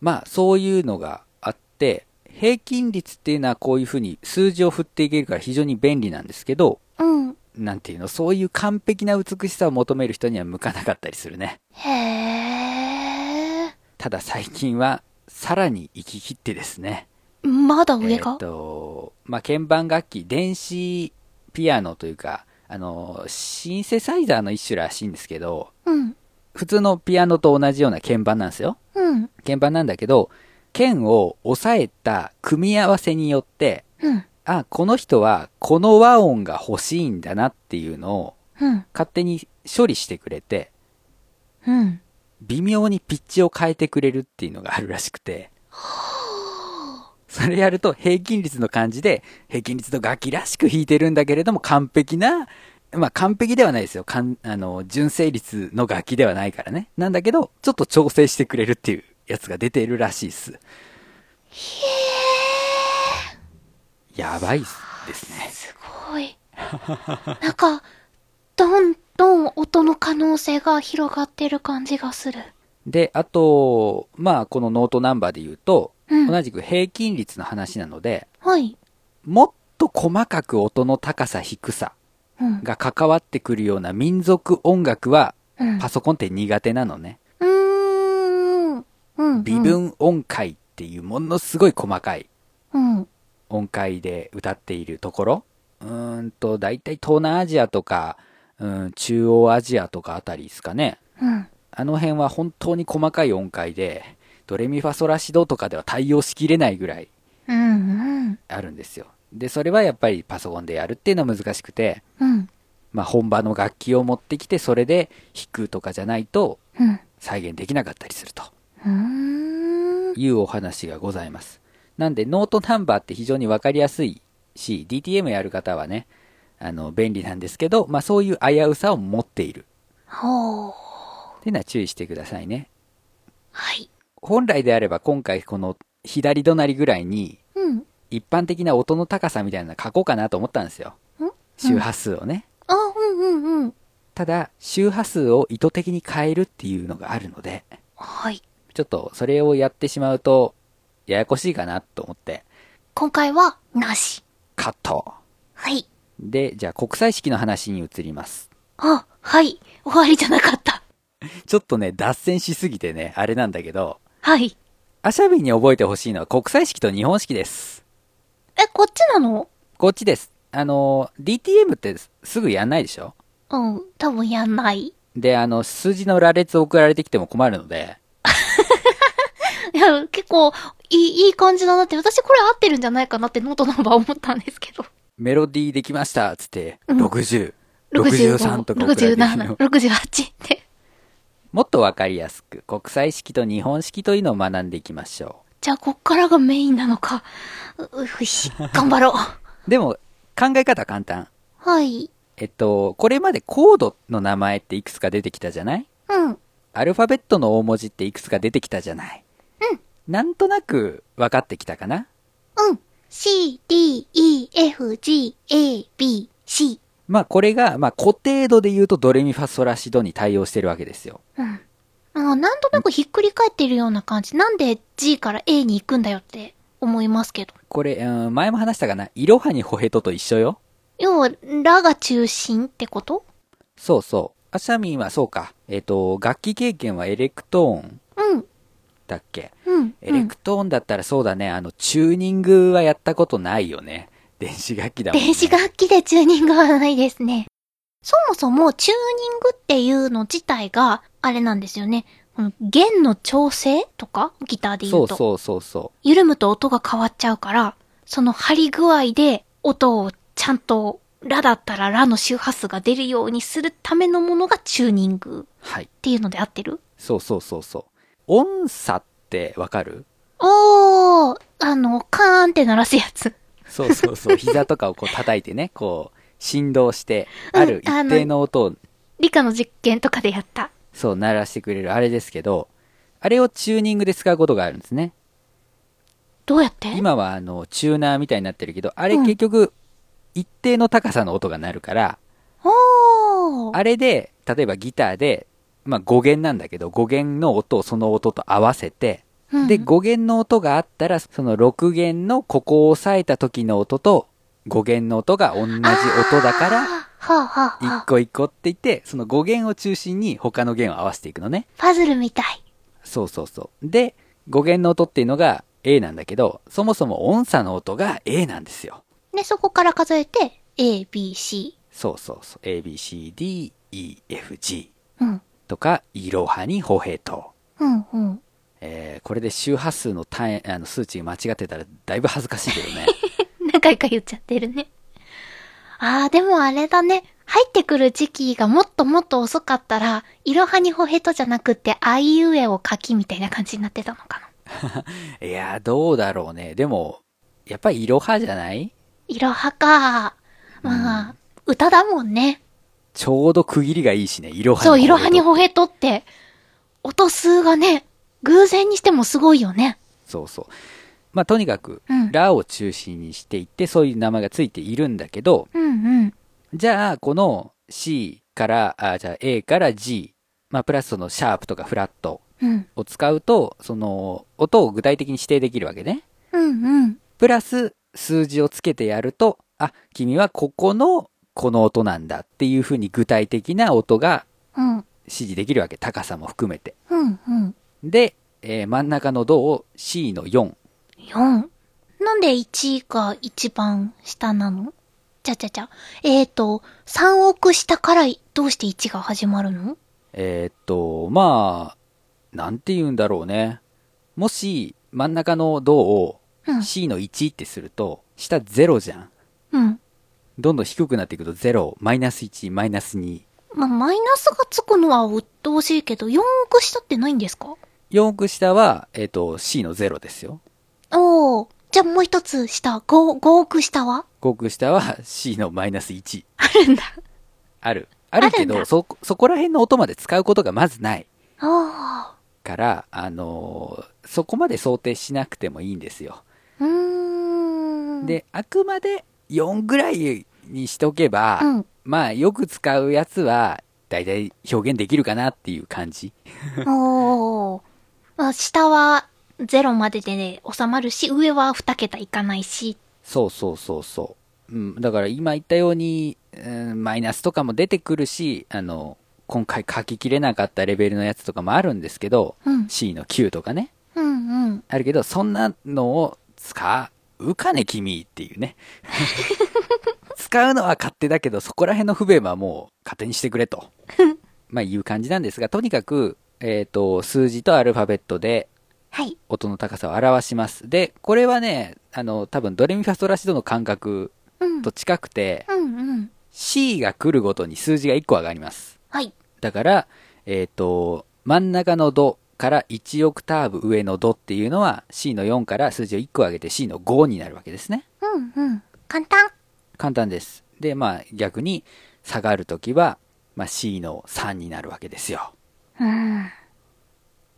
A: まあそういうのがあって平均率っていうのはこういうふうに数字を振っていけるから非常に便利なんですけど
B: うん。
A: なんていうのそういう完璧な美しさを求める人には向かなかったりするね
B: へ
A: ただ最近はさらに行き切ってですね
B: ー。まだ上
A: え
B: か
A: っ、とまあ鍵盤楽器電子ピアノというかあのシンセサイザーの一種らしいんですけど
B: うん。
A: 普通のピアノと同じような鍵盤なんですよ
B: うん。
A: 鍵盤なんだけど鍵を押さえた組み合わせによって
B: うん。
A: あこの人はこの和音が欲しいんだなっていうのを
B: うん。
A: 勝手に処理してくれて
B: うん。
A: 微妙にピッチを変えてくれるっていうのがあるらしくてそれやると平均率の感じで平均率の楽器らしく弾いてるんだけれども完璧なまあ完璧ではないですよ完あの純正率の楽器ではないからねなんだけどちょっと調整してくれるっていうやつが出てるらしいっすやばいっすですね
B: すご <laughs> い。なんか、どんどん音の可能性が広がってる感じがする。
A: で、あと、まあ、このノートナンバーで言うと、
B: うん
A: 同じく平均率の話なので、
B: はい。
A: もっと細かく音の高さ、低さ
B: うん。
A: が関わってくるような民族音楽は、
B: うん。
A: パソコンって苦手なのね。
B: うーん。うん。
A: 微分音階っていうものすごい細かい
B: うん。
A: 音階で歌っているところ。うーんと、だいたい東南アジアとか、うん、中央アジアとかあたりですかね。
B: うん。
A: あの辺は本当に細かい音階で、ドレミファソラシドとかでは対応しきれないぐらい
B: うん。
A: あるんですよ。で、それはやっぱりパソコンでやるっていうのは難しくて、
B: うん。
A: まあ本場の楽器を持ってきてそれで弾くとかじゃないと
B: うん。
A: 再現できなかったりすると
B: うん。
A: いうお話がございます。なんでノートナンバーって非常にわかりやすいし、DTM やる方はね、あの便利なんですけど、まあそういう危うさを持っている
B: ほう。
A: っていうのは注意してくださいね。
B: はい。
A: 本来であれば今回この左隣ぐらいに
B: うん。
A: 一般的な音の高さみたいなの書こうかなと思ったんですよ
B: ん。
A: 周波数をね。
B: あ、うんうんうん。
A: ただ、周波数を意図的に変えるっていうのがあるので、
B: はい。
A: ちょっとそれをやってしまうと、ややこしいかなと思って、
B: 今回は、なし。
A: カット。
B: はい。
A: で、じゃあ国際式の話に移ります。
B: あ、はい。終わりじゃなかった。
A: ちょっとね、脱線しすぎてね、あれなんだけど、
B: はい。
A: アシャビンに覚えてほしいのは国際式と日本式です。
B: え、こっちなの
A: こっちです。あの、DTM ってすぐやんないでしょ
B: うん。多分やんない。
A: で、あの、数字の羅列送られてきても困るので、
B: いや、結構、いい、いい感じだなって、私これ合ってるんじゃないかなってノートの場思ったんですけど。
A: メロディーできましたっつって、
B: うん
A: 60、
B: 65
A: 63とか送られてきて
B: 67、68って。
A: <laughs> もっとわかりやすく、国際式と日本式というのを学んでいきましょ
B: じゃあ、こっからがメインなのか。う、うふし、頑張ろう。
A: う。でも、考え方簡単。
B: はい。
A: えっと、これまでコードの名前っていくつか出てきたじゃない
B: うん。
A: アルファベットの大文字っていくつか出てきたじゃない
B: うん。
A: なんとなく分かってきたかな
B: うん。C, D, E, F, G, A, B, C.
A: まあこれが、まあ固定度で言うとドレミファソラシドに対応してるわけですよ。
B: うん。あなんとなくひっくり返ってるような感じ。なんで G から A に行くんだよって思いますけど。
A: これ、うん、前も話したかなイロハにホヘトと一緒よ。
B: 要は、ラが中心ってこと
A: そうそう。アシャミンはそうか。えっ、と、楽器経験はエレクトーン
B: うん。
A: だっけ
B: うん。
A: エレクトーンだったらそうだね。あの、チューニングはやったことないよね。電子楽器だもん、ね。
B: 電子楽器でチューニングはないですね。そもそもチューニングっていうの自体が、あれなんですよね。この弦の調整とかギターで言
A: そうう
B: と。
A: そうそうそ
B: 緩むと音が変わっちゃうから、その張り具合で音をちゃんと、ラだったらラの周波数が出るようにするためのものがチューニング
A: う。はい。
B: っていうので合ってる
A: そうそうそうそう。音差ってわかる
B: おー、あの、カーンって鳴らすや <laughs> つ。
A: そうそう
B: <laughs>
A: そう。膝とかをこう叩いてね、こう、振動して、
B: うん
A: ある一定の音を、
B: 理科の実験とかでやった。
A: そう、鳴らしてくれるあれですけど、あれをチューニングで使うことがあるんですね。
B: どうやって
A: 今はあの、チューナーみたいになってるけど、あれ
B: うん
A: 結局、一定の高さの音が鳴るから、
B: おー。
A: あれで、例えばギターで、まあ5弦なんだけど、5弦の音をその音と合わせて、
B: うん
A: で、5弦の音があったら、その6弦のここを押さえた時の音と、5弦の音が同じ音だか
B: あー
A: ら、
B: はあはあは
A: 一
B: あ。
A: 個一個って言って、その5弦を中心に他の弦を合わせていくのね。
B: パズルみたい。
A: そうそうそう。で、5弦の音っていうのが A なんだけど、そもそも音差の音が A なんですよ。
B: で、そこから数えて、A, B, C。
A: そうそうそう。A, B, C, D, E, F, G
B: うん。
A: とか、イロハにホヘと。
B: うん、うん。え
A: えーこれで周波数の単位あの数値間違ってたらだいぶ恥ずかしいけどね。
B: <laughs> 何回か言っちゃってるね。ああ、でもあれだね。入ってくる時期がもっともっと遅かったら、いろはにほへとじゃなくて、あいうえを書きみたいな感じになってたのかな。
A: いやー、どうだろうね。でも、やっぱりイロハじゃない
B: いろはか。まあ、歌だもんね。
A: ちょうど区切りがいいしね、イロハ
B: そう、いろはに
A: ホヘ
B: ほへとって、音数がね、偶然にしてもすごいよね。
A: トそうそう。まあ、とにかく、
B: うん
A: ラを中心にしていって、そういう名前がついているんだけど、
B: うんうん。
A: じゃあ、この C から、あ、じゃあ A から G、まあ、プラスそのシャープとかフラット
B: うん。
A: を使うと、その、音を具体的に指定できるわけね。
B: うんうん。
A: プラス、数字をつけてやると、あ、君はここの、この音なんだっていう風に具体的な音が
B: うん。
A: 指示できるわけ。高さも含めて。
B: うんうん。
A: で、えー真ん中のドを C の4。
B: 4? なんで1が一番下なのちゃちゃちゃ。えーと、3億下からどうして1が始まるの
A: えーっと、まあ、なんて言うんだろうね。もし、真ん中の銅を
B: うん。
A: C の1ってすると、下0じゃん。
B: うん。
A: どんどん低くなっていくと0、マイナス1、マイナス2。
B: まあ、マイナスがつくのは鬱陶しいけど、4億下ってないんですか
A: 4億下は、えーっと、C の0ですよ。
B: おー。じゃあもう一つ下、5、5億下は
A: 5億下は C のマイナス1。
B: あるんだ。
A: ある。あるけ
B: あるん
A: ど、
B: だ
A: そ、そこら辺の音まで使うことがまずない。
B: あ
A: から、あのーそこまで想定しなくてもいいんですよ。
B: ー。うーん。、
A: で、あくまで4ぐらいにしとけば、
B: うん。
A: まあ、よく使うやつは、だいたい表現できるかなっていう感じ。
B: おー。まあ、下は0まででね、収まるし、上は2桁いかないし、
A: そうそうそうそう。うん、だから今言ったように、うんマイナスとかも出てくるし、あの、今回書ききれなかったレベルのやつとかもあるんですけど、
B: うん、
A: C の9とかね、
B: うん、うん。
A: あるけど、そんなのを使うかね、君っていうね。 <laughs> 使うのは勝手だけど、そこら辺の不便はもう勝手にしてくれと。まあいう感じなんですが、とにかく、えっ、と、数字とアルファベットで
B: はい。
A: 音の高さを表します。で、これはね、あの、多分ドレミファソラシドの感覚
B: うん、
A: と近くて、
B: うん、うん。
A: C が来るごとに数字が1個上がります。
B: はい。
A: だから、えっ、と、真ん中のドから1オクターブ上のドっていうのは C の4から数字を1個上げて C の5になるわけですね。
B: うん、うん。簡単。
A: 簡単です。で、まあ逆に下がるときは、まあ、C の3になるわけですよ。
B: うん。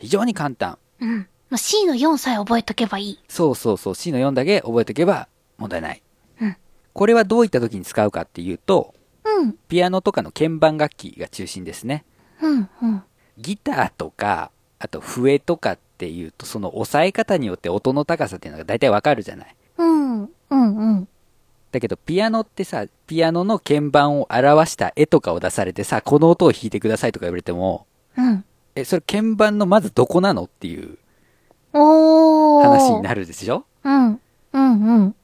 A: 非常に簡単。
B: うん。もう C の4さえ覚えとけばいい。
A: そうそうそう、C の4だけ覚えておけば問題ない。
B: うん
A: これはどういった時に使うかっていうと、
B: うん、
A: ピアノとかの鍵盤楽器が中心ですね。
B: うん、うん。
A: ギターとか、あと笛とかっていうと、その押さえ方によって音の高さっていうのが大体わかるじゃない。
B: うん、うん、うん。
A: だけど、ピアノってさ、ピアノの鍵盤を表した絵とかを出されてさ、この音を弾いてくださいとか言われても、
B: うん。
A: え、それ鍵盤のまずどこなのっていう
B: おー。
A: 話になるでしょ
B: うん、うん、うん。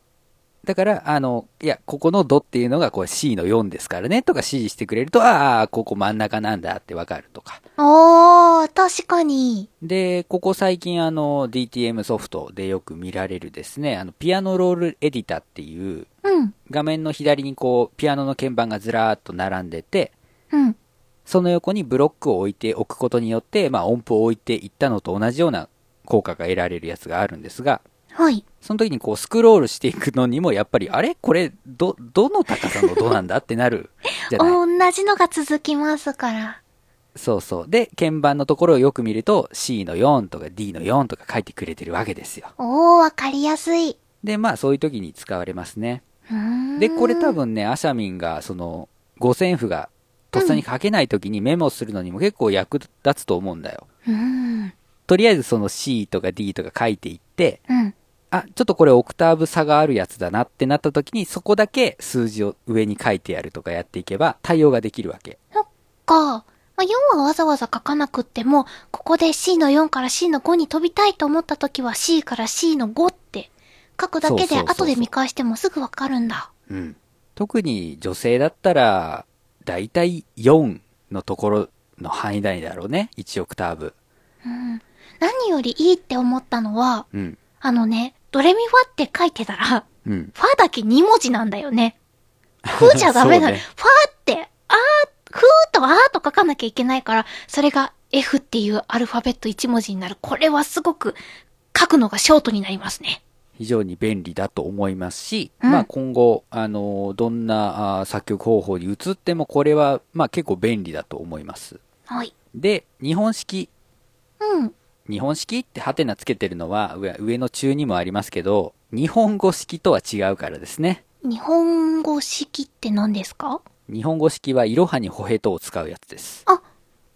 A: だから、あの、いや、ここのドっていうのがこれ C の4ですからねとか指示してくれると、ああ、ここ真ん中なんだってわかるとか。
B: おー、確かに。
A: で、ここ最近あの、DTM ソフトでよく見られるですね、あの、ピアノロールエディターっていう、
B: うん、
A: 画面の左にこう、ピアノの鍵盤がずらーっと並んでて、
B: うん、
A: その横にブロックを置いておくことによって、まあ音符を置いていったのと同じような効果が得られるやつがあるんですが、
B: はい。
A: その時にこうスクロールしていくのにもやっぱり、あれこれ、ど、どの高さのどなんだってなるじゃ
B: <laughs>
A: ない。
B: 同じのが続きますから。
A: そうそう。で、鍵盤のところをよく見ると C の4とか D の4とか書いてくれてるわけですよ。
B: おー、わかりやすい。
A: で、まあそういう時に使われますね。
B: うーん
A: で、これ多。分ね、アシャミンがその五線譜がとっさに書けない時にメモするのにも結構役立つと思うんだよ。
B: うん、
A: とりあえずその C とか D とか書いていって、
B: うん。
A: あ、ちょっとこれオクターブ差があるやつだなってなった時に、そこだけ数字を上に書いてやるとかやっていけば対応ができるわけ。
B: そっか。まあ、4はわざわざ書かなくっても、ここで C の4から C の5に飛びたいと思った時は C から C の5って書くだけ
A: そうそうそ
B: で
A: うそう
B: 後で見返してもすぐわかるんだ。
A: うん。特に女性だったら、だいたい4のところの範囲内だろうね。1オクターブ。
B: 何よりいいって思ったのは、
A: うん。
B: あのね、ドレミファって書いてたら、
A: うん。
B: ファだけ2文字なんだよね。フじゃダメ
A: <laughs>
B: だ。
A: そうね
B: ファって、あー、フーとあーと書かなきゃいけないから、それが F っていうアルファベット1文字になる。これはすごく書くのがショートになりますね。
A: 非常に便利だと思いますし、
B: うん
A: まあ今後、あの、どんなあ作曲方法に移ってもこれは、まあ結構便利だと思います。
B: はい。
A: で、日本式
B: うん。
A: 日本式ってハテナつけてるのは上上の中にもありますけど、日本語式とは違うからですね。
B: 日本語式って何ですか
A: 日本語式はイロハにホヘトを使うやつです。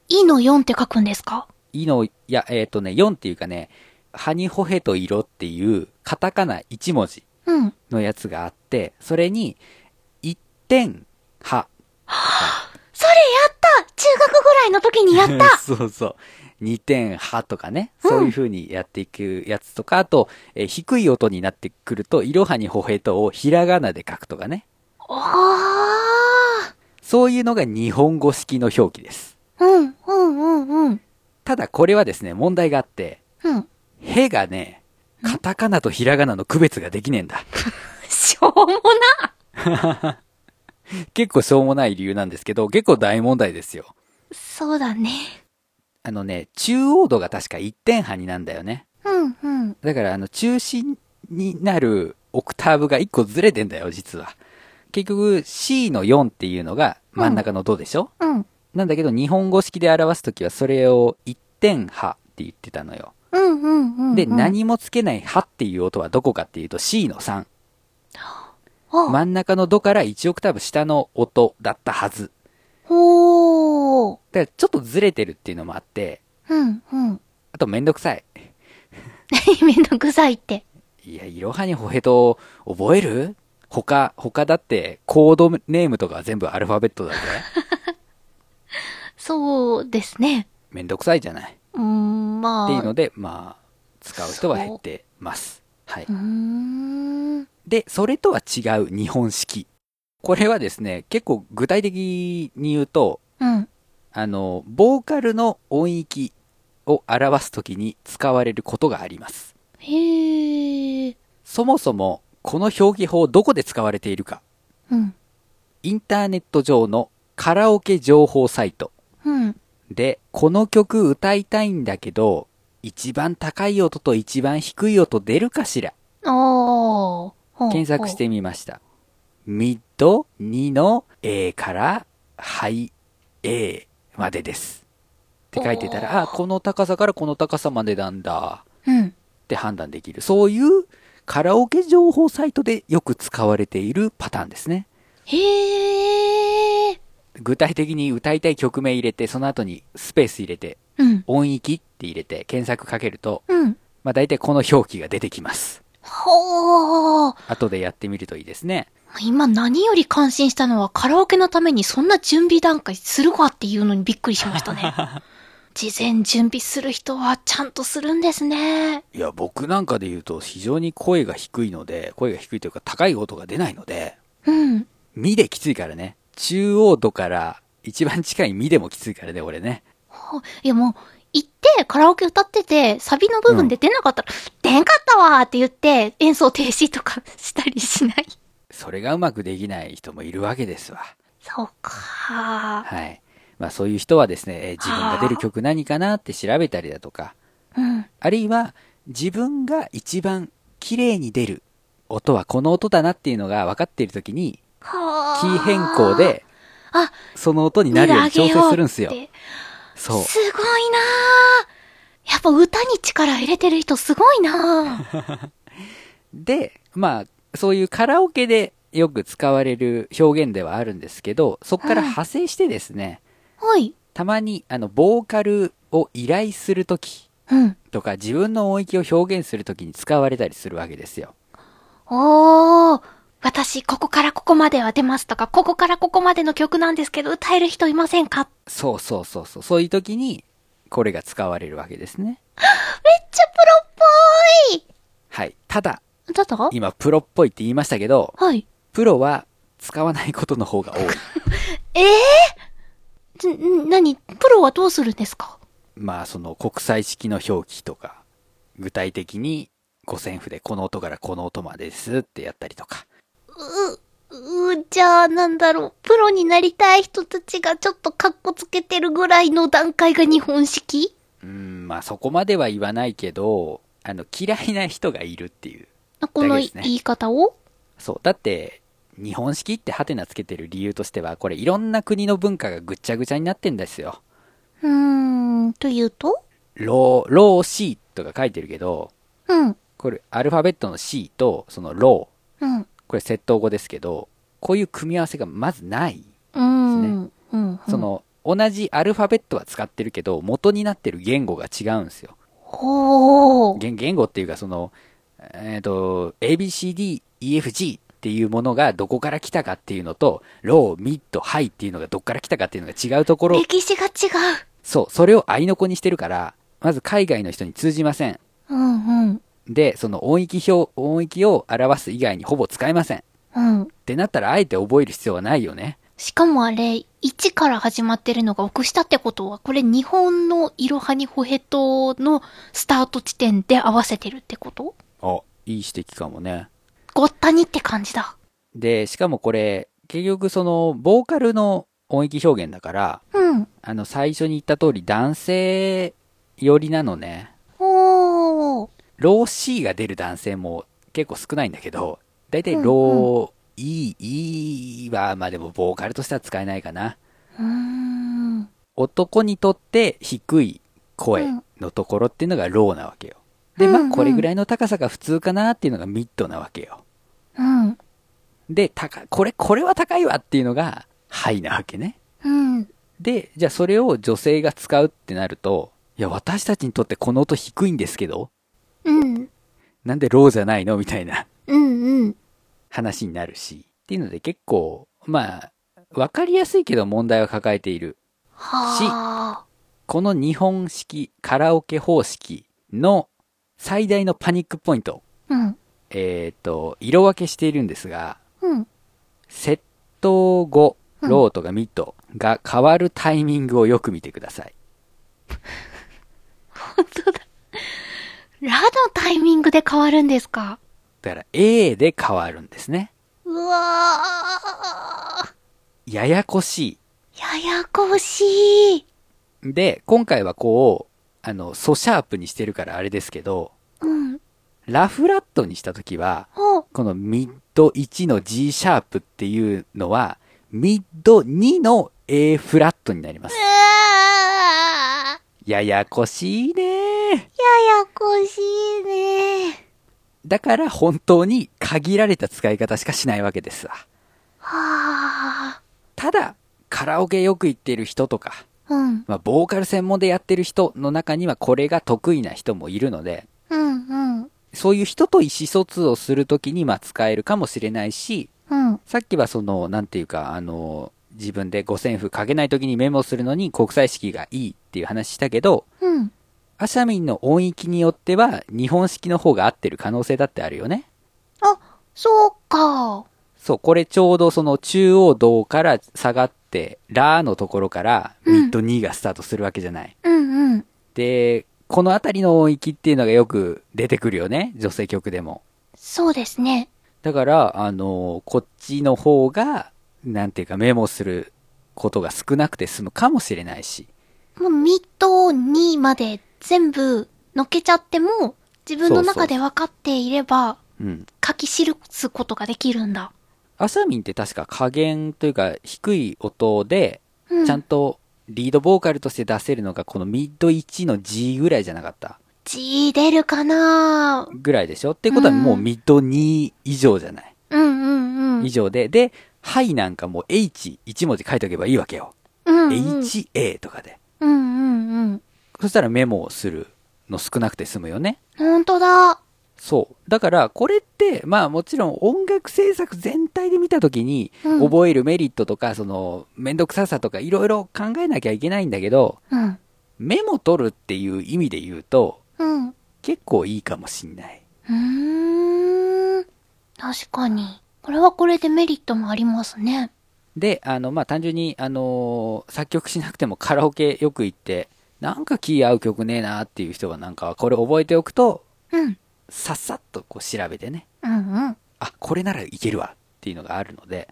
B: いの4って書くんですか
A: イの、いや、えっ、とね、4っていうかね、ハにホヘトイロっていうカタカナ1文字
B: うん。
A: のやつがあって、それに、一点、は。
B: それやった中学ぐらいの時にやった
A: <laughs> そうそう。二点、はとかね。そういう風にやっていくやつとか、あと、えー低い音になってくると、イロハにホヘトをひらがなで書くとかね。
B: おー。
A: そういうのが日本語式の表記です。
B: うん、うん、うん、うん。
A: ただこれはですね、問題があって、
B: うん。
A: へがね、カタカナとひらがなの区別ができねえんだ。
B: しょうもな
A: 結構しょうもない理由なんですけど、結構大問題ですよ。
B: そうだね。
A: あのね、中央度が確か一点半になんだよね。
B: うん、うん。
A: だからあの、中心になるオクターブが一個ずれてんだよ、実は。結局 C の4っていうのが真ん中のドでしょ、
B: うん。
A: なんだけど日本語式で表すときはそれを一点半って言ってたのよ。
B: うんうんうんうん。
A: で、何もつけないハっていう音はどこかっていうと C の3。
B: あ、
A: 真ん中のドから1オクターブ下の音だったはず。
B: ほー。
A: だからちょっとずれてるっていうのもあって、
B: うん、うん。 <laughs>
A: あとめんどくさい。
B: めんどくさいって。
A: いや、いろはにほへと覚える他、他だってコードネームとか全部アルファベットだ
B: <laughs>
A: ぜ。
B: そうですね。
A: めんどくさいじゃない。
B: うーん、まあ。。
A: っていうので、まあ、使う人は減ってます。はいう
B: ーん。
A: で、それとは違う日本式。これはですね、結構具体的に言うと、
B: うん。
A: あの、ボーカルの音域を表すときに使われることがあります。
B: へえ。
A: そもそも、この表記法どこで使われているか。
B: うん。
A: インターネット上のカラオケ情報サイト
B: うん。
A: で、この曲歌いたいんだけど、一番高い音と一番低い音出るかしら
B: おー。ほう
A: 検索して。みました。ミッド2の A からハイ A までです。って書いてたら、あ、この高さからこの高さまでなんだ
B: ほううん。
A: って判断できる。そういうカラオケ情報サイトでよく使われているパターンですね。
B: へえ。
A: 具体的に歌いたい曲名入れて、その後にスペース入れて、
B: うん。
A: 音域って入れて検索かけると、
B: うん。
A: まあ大体この表記が出てきます。
B: ほー。
A: 後でやってみるといいですね。
B: 今何より感心したのはカラオケのためにそんな準備段階するかっていうのにびっくりしました <laughs> ね。事前準備する人はちゃんとするんですね。
A: いや、僕なんかで言うと非常に声が低いので、声が低いというか高い音が出ないので、
B: うん。
A: ミできついからね。中央度から一番近いミでもきついからね、俺ね。
B: ほいやもう、行ってカラオケ歌ってて、サビの部分で出なかったら、出んかったわーって言って演奏停止とかしたりしない。
A: それがうまくできない人もいるわけですわ。
B: そうか
A: はい。まあそういう人はですね、えー自分が出る曲何かなって調べたりだとか、
B: ー。うん。
A: あるいは自分が一番綺麗に出る音はこの音だなっていうのが分かっている時に、
B: は
A: キー変更、で
B: あ、
A: その音になるように調整するんですよ
B: 見。てあげようって
A: そう。
B: すごいなあやっぱ歌に力入れてる人すごいな
A: <laughs>
B: あ
A: で、まあ、そういうカラオケでよく使われる表現ではあるんですけど、そこから
B: はい
A: 派生してですね、
B: はい。
A: たまに、あの、ボーカルを依頼するとき
B: うん。
A: とか、自分の音域を表現するときに使われたりするわけですよ。
B: おー。私、ここからここまでは出ますとか、ここからここまでの曲なんですけど、歌える人いませんか
A: そうそうそうそう。そういうときに、これが使われるわけですね。
B: めっちゃプロっ
A: はい。ただ、
B: ぽいだと
A: 今、プロっぽいって言いましたけど、
B: はい。
A: プロは使わないことの方が多い。
B: ええー、ん、ん、なに、プロはどうするんですか
A: まあその国際式の表記とか、具体的に五線譜でこの音からこの音までですってやったりとか。
B: う、う、じゃあ、なんだろう、プロになりたい人たちがちょっとカッコつけてるぐらいの段階が日本式
A: うん、まあそこまでは言わないけど、あの嫌いな人がいるっていう。
B: この
A: だけですね
B: 言い方を
A: そう。だって、日本式ってハテナつけてる理由としては、これいろんな国の文化がぐっちゃぐちゃになってんですよ。
B: うーん、というと
A: ロー、ロー C とか書いてるけど、
B: うん、
A: これアルファベットの C とそのロー、
B: うん、う
A: これ窃盗語ですけど、こういう組み合わせがまずない。
B: ーん、うん、
A: そ、の、同じアルファベットは使ってるけど、元になってる言語が違うんですよ。
B: ほー、
A: 言言語っていうか、その、えっ、と、ABCDEFG っていうものがどこから来たかっていうのと、ロー、ミッド、ハイっていうのがどこから来たかっていうのが違うところ、
B: 歴史が違
A: そう、それを合いの子にしてるから、まず海外の人に通じません。
B: う。うん、うん、
A: で、その音域表、音域を表す以外にほぼ使えません。っ
B: うん。
A: てなったら、あえて覚える必要はないよね。
B: しかもあれ、1から始まってるのが奥下ってことは、これ日本のイロハニホヘトのスタート地点で合わせてるってこと
A: あ、いい指摘かもね。
B: ごったにって感じだ。
A: で、しかもこれ、結局その、ボーカルの音域表現だから、
B: うん。
A: あの、最初に言った通り男性寄りなのね。
B: おー。
A: ロー C が出る男性も結構少ないんだけど、だいたい
B: うん
A: ロー E、E は、まあでもボーカルとしては使えないかな。
B: うーん。
A: 男にとって低い声のところっていうのがローなわけよ。で、ま
B: うんう
A: あ
B: ん
A: これぐらいの高さが普通かなっていうのがミッドなわけよ。
B: うん。
A: で、高い、これ、これは高いわっていうのがハイなわけね。
B: うん。
A: で、じゃあそれを女性が使うってなると、いや、私たちにとってこの音低いんですけど、
B: うん。
A: なんでローじゃないのみたいな
B: うんうん。
A: 話になるし。っていうので結構、まあ、わかりやすいけど問題を抱えている。
B: はあ。
A: この日本式カラオケ方式の最大のパニックポイント。
B: うん。
A: えっ、と、色分けしているんですが、
B: うん。
A: セット後、
B: うん
A: ローとかミッドが変わるタイミングをよく見てください。
B: 本当だ。ラのタイミングで変わるんですか
A: だから A で変わるんですね。
B: うわあ。
A: ややこし
B: ややこしい。
A: い。で、今回はこう、あの、ソシャープにしてるからあれですけど、
B: うん。
A: ラフラットにしたときは、
B: お、
A: このミッド1の G シャープっていうのは、ミッド2の A フラットになります。
B: あ
A: ややこしいね
B: ややこしいね。
A: だから本当に限られた使い方しかしないわけですわ。
B: はあ。
A: ただ、カラオケよく行ってる人とか、
B: うん。
A: まあ、ボーカル専門でやってる人の中にはこれが得意な人もいるので、
B: うんうん。
A: そういう人と意思疎通をするときにまあ使えるかもしれないし、
B: うん。
A: さっきはその、なんていうか、あの、自分で五線譜かけないときにメモするのに国際式がいいっていう話したけど、
B: うん。
A: アシャミンの音域によっては日本式の方が合ってる可能性だってあるよね。
B: あ、そうか。
A: そう、これちょうどその中央道から下がって、ラーのところからミッド2がスタートするわけじゃない。
B: うんうん。
A: で、この辺りの音域っていうのがよく出てくるよね。女性曲でも。
B: そうですね。
A: だから、あのこっちの方が、なんていうかメモすることが少なくて済むかもしれないし。
B: もう、ミッド2まで全部乗っけちゃっても、自分の中で分かっていれば、
A: うん。
B: 書き記すことができるんだ。
A: アサミンって確か加減というか低い音で、
B: うん。
A: ちゃんとリードボーカルとして出せるのがこのミッド1の G ぐらいじゃなかった
B: 字出るかな
A: ぐらいでしょってことはもうミッド2以上じゃない。
B: うんうんうん
A: 以。上で。で、はいなんかもう H1 文字書いておけばいいわけよ。
B: うんうん。
A: HA とかで。
B: うんうんうん。
A: そしたらメモをするの少なくて済むよね。
B: ほんとだ。
A: そう。だから、これって、まあもちろん音楽制作全体で見たときに、
B: うん
A: 覚えるメリットとか、その、めんどくささとか、いろいろ考えなきゃいけないんだけど、
B: うん。
A: メモ取るっていう意味で言うと、
B: うん。う
A: 結構いいかもしんない。
B: ーん。確かに。これはこれでメリットもありますね。
A: で、あの、まあ単純に、あのー作曲しなくてもカラオケよく行って、なんかキー合う曲ねえなっていう人はなんかは、これ覚えておくと、
B: うん。
A: さっさっとこう調べてね、
B: うんうん。
A: あ、これならいけるわっていうのがあるので、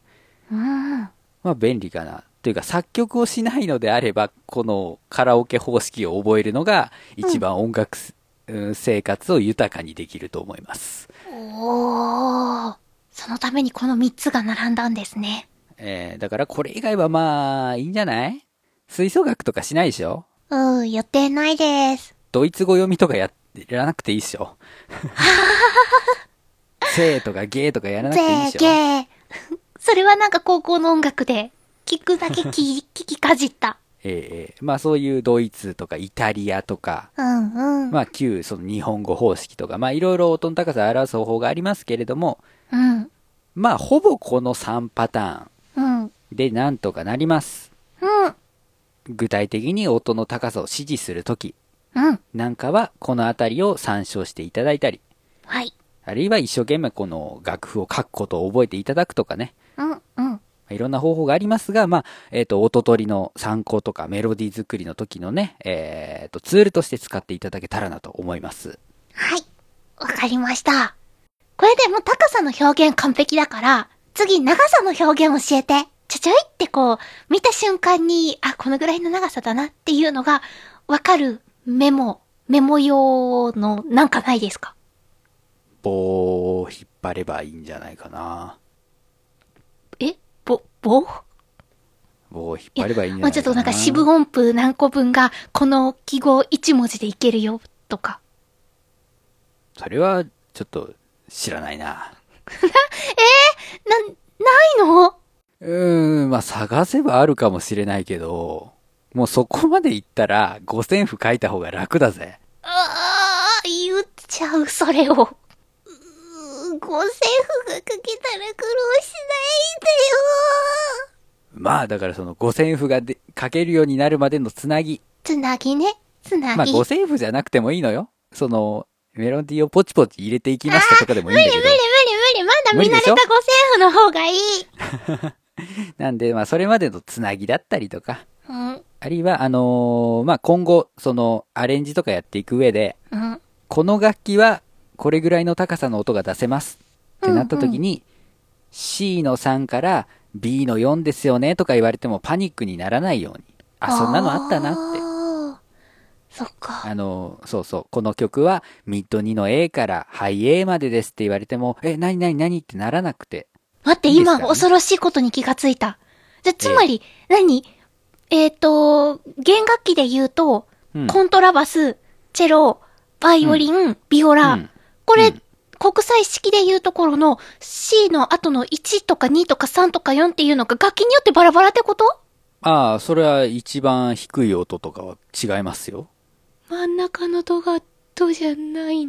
B: うんうん。
A: まあ便利かな。というか作曲をしないのであれば、このカラオケ方式を覚えるのが一番音楽す、うん生活を豊かにできると思います。
B: おー。そのためにこの3つが並んだんですね。
A: えー、だからこれ以外はまあいいんじゃない吹奏楽とかしないでしょ
B: うん、予定ないです。
A: ドイツ語読みとかややらなくていいっしょ。せーとかゲーとかやらなく
B: ぜ
A: ていいっ
B: ー
A: しょ。
B: げー。 <laughs> それはなんか高校の音楽で、聞くだけ聞き、聞きかじった。
A: えーえーまあそういうドイツとかイタリアとか、
B: うんうん。
A: まあ旧その日本語方式とか、まあいろいろ音の高さを表す方法がありますけれども、
B: うん。
A: まあ、ほぼこの3パターン
B: うん。
A: でなんとかなります。
B: うん。
A: 具体的に音の高さを指示するとき
B: うん。
A: なんかは、このあたりを参照していただいたり、
B: はい。
A: あるいは一生懸命この楽譜を書くことを覚えていただくとかね、
B: うん。うん。
A: いろんな方法がありますが、まあ、えっ、と、音取りの参考とかメロディー作りの時のね、えっ、と、ツールとして使っていただけたらなと思います。
B: はい。わかりました。これでもう高さの表現完璧だから、次長さの表現教えて。ちょちょいってこう、見た瞬間に、あ、このぐらいの長さだなっていうのが、わかるメモ、メモ用のなんかないですか
A: 棒を引っ張ればいいんじゃないかな。
B: えぼ、ぼ
A: 棒を引っ張ればいいんじゃな
B: まあ、
A: いかな。
B: ちょっとなんか四分音符何個分が、この記号一文字でいけるよ、とか。
A: それは、ちょっと、知らないな。
B: な、ないの
A: うーん、まあ探せばあるかもしれないけど、もうそこまで行ったら五線譜書いた方が楽だぜ。
B: ああ、言っちゃう、それを。うー五線譜がかけたら苦労し
A: まあだからその五線譜がで書けるようになるまでのつなぎ。
B: ないんだよ。つなぎね。つなぎ。
A: まあ五線譜じゃなくてもいいのよ。その、メロディーをポチポチ入れていきましたとかでもいいんだけ
B: 無理無理
A: ど。
B: 無理無理。まだ見慣れ
A: 無理でしょ
B: た五線譜の方がいい。
A: なんでまあそれまでのつなぎだったりとか、
B: うん。
A: あるいはあのーまあ今後、そのアレンジとかやっていく上で、
B: うん。
A: この楽器はこれぐらいの高さの音が出せますってなった時に、C の3から B の4ですよねとか言われてもパニックにならないように。あ、そんなのあったなって。
B: て。そっか。
A: あの、そうそう、この曲はミッド2の A からハイ A までですって言われても、え、何何何ってならなくて。
B: 待って、
A: いいですか
B: 今、
A: ね
B: 恐ろしいことに気がついた。じゃ、つまり、何えっ、と、弦楽器で言うと、
A: うん
B: コントラバス、チェロ、バイオリン、ビオラ。
A: うん
B: これ、
A: うん
B: 国際式で言うところの C の後の1とか2とか3とか4っていうのが楽器によってバラバラってこと
A: ああ、それは一番低い音とかは違いますよ。
B: 真ん中のドがド <laughs> じゃない。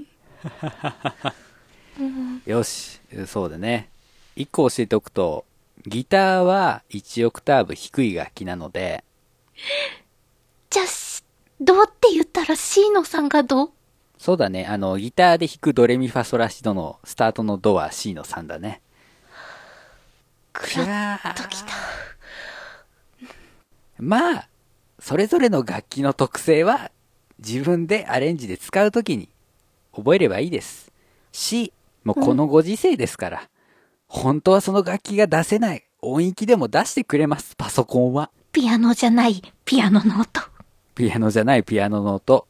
A: よし、そうだね。一個教えておくと、ギターは1オクターブ低い楽器なので、
B: じゃあ、しドって言ったら C の3がド
A: そうだね、あの、ギターで弾くドレミファソラシドのスタートのドは C の3だね。
B: く
A: く
B: らっ
A: らー
B: ときた。
A: まあ、それぞれの楽器の特性は自分でアレンジで使うときに覚えればいいです。し、もうこのご時世ですから、本当はその楽器が出せない音域でも出してくれます、パソコンは。
B: ピアノじゃない、ピアノの音。
A: ピアノじゃないピアノの音、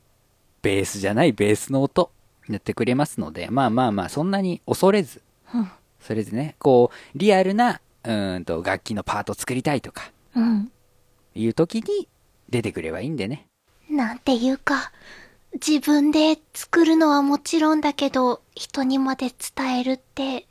A: ベースじゃないベースの音、やってくれますので、まあまあまあ、そんなに恐れず、
B: うん。
A: それでね、こう、リアルな、うーんと、楽器のパート作りたいとか、
B: うん。
A: いう時に出てくればいいんでね。
B: なんていうか、自分で作るのはもちろんだけど、人にまで伝えるって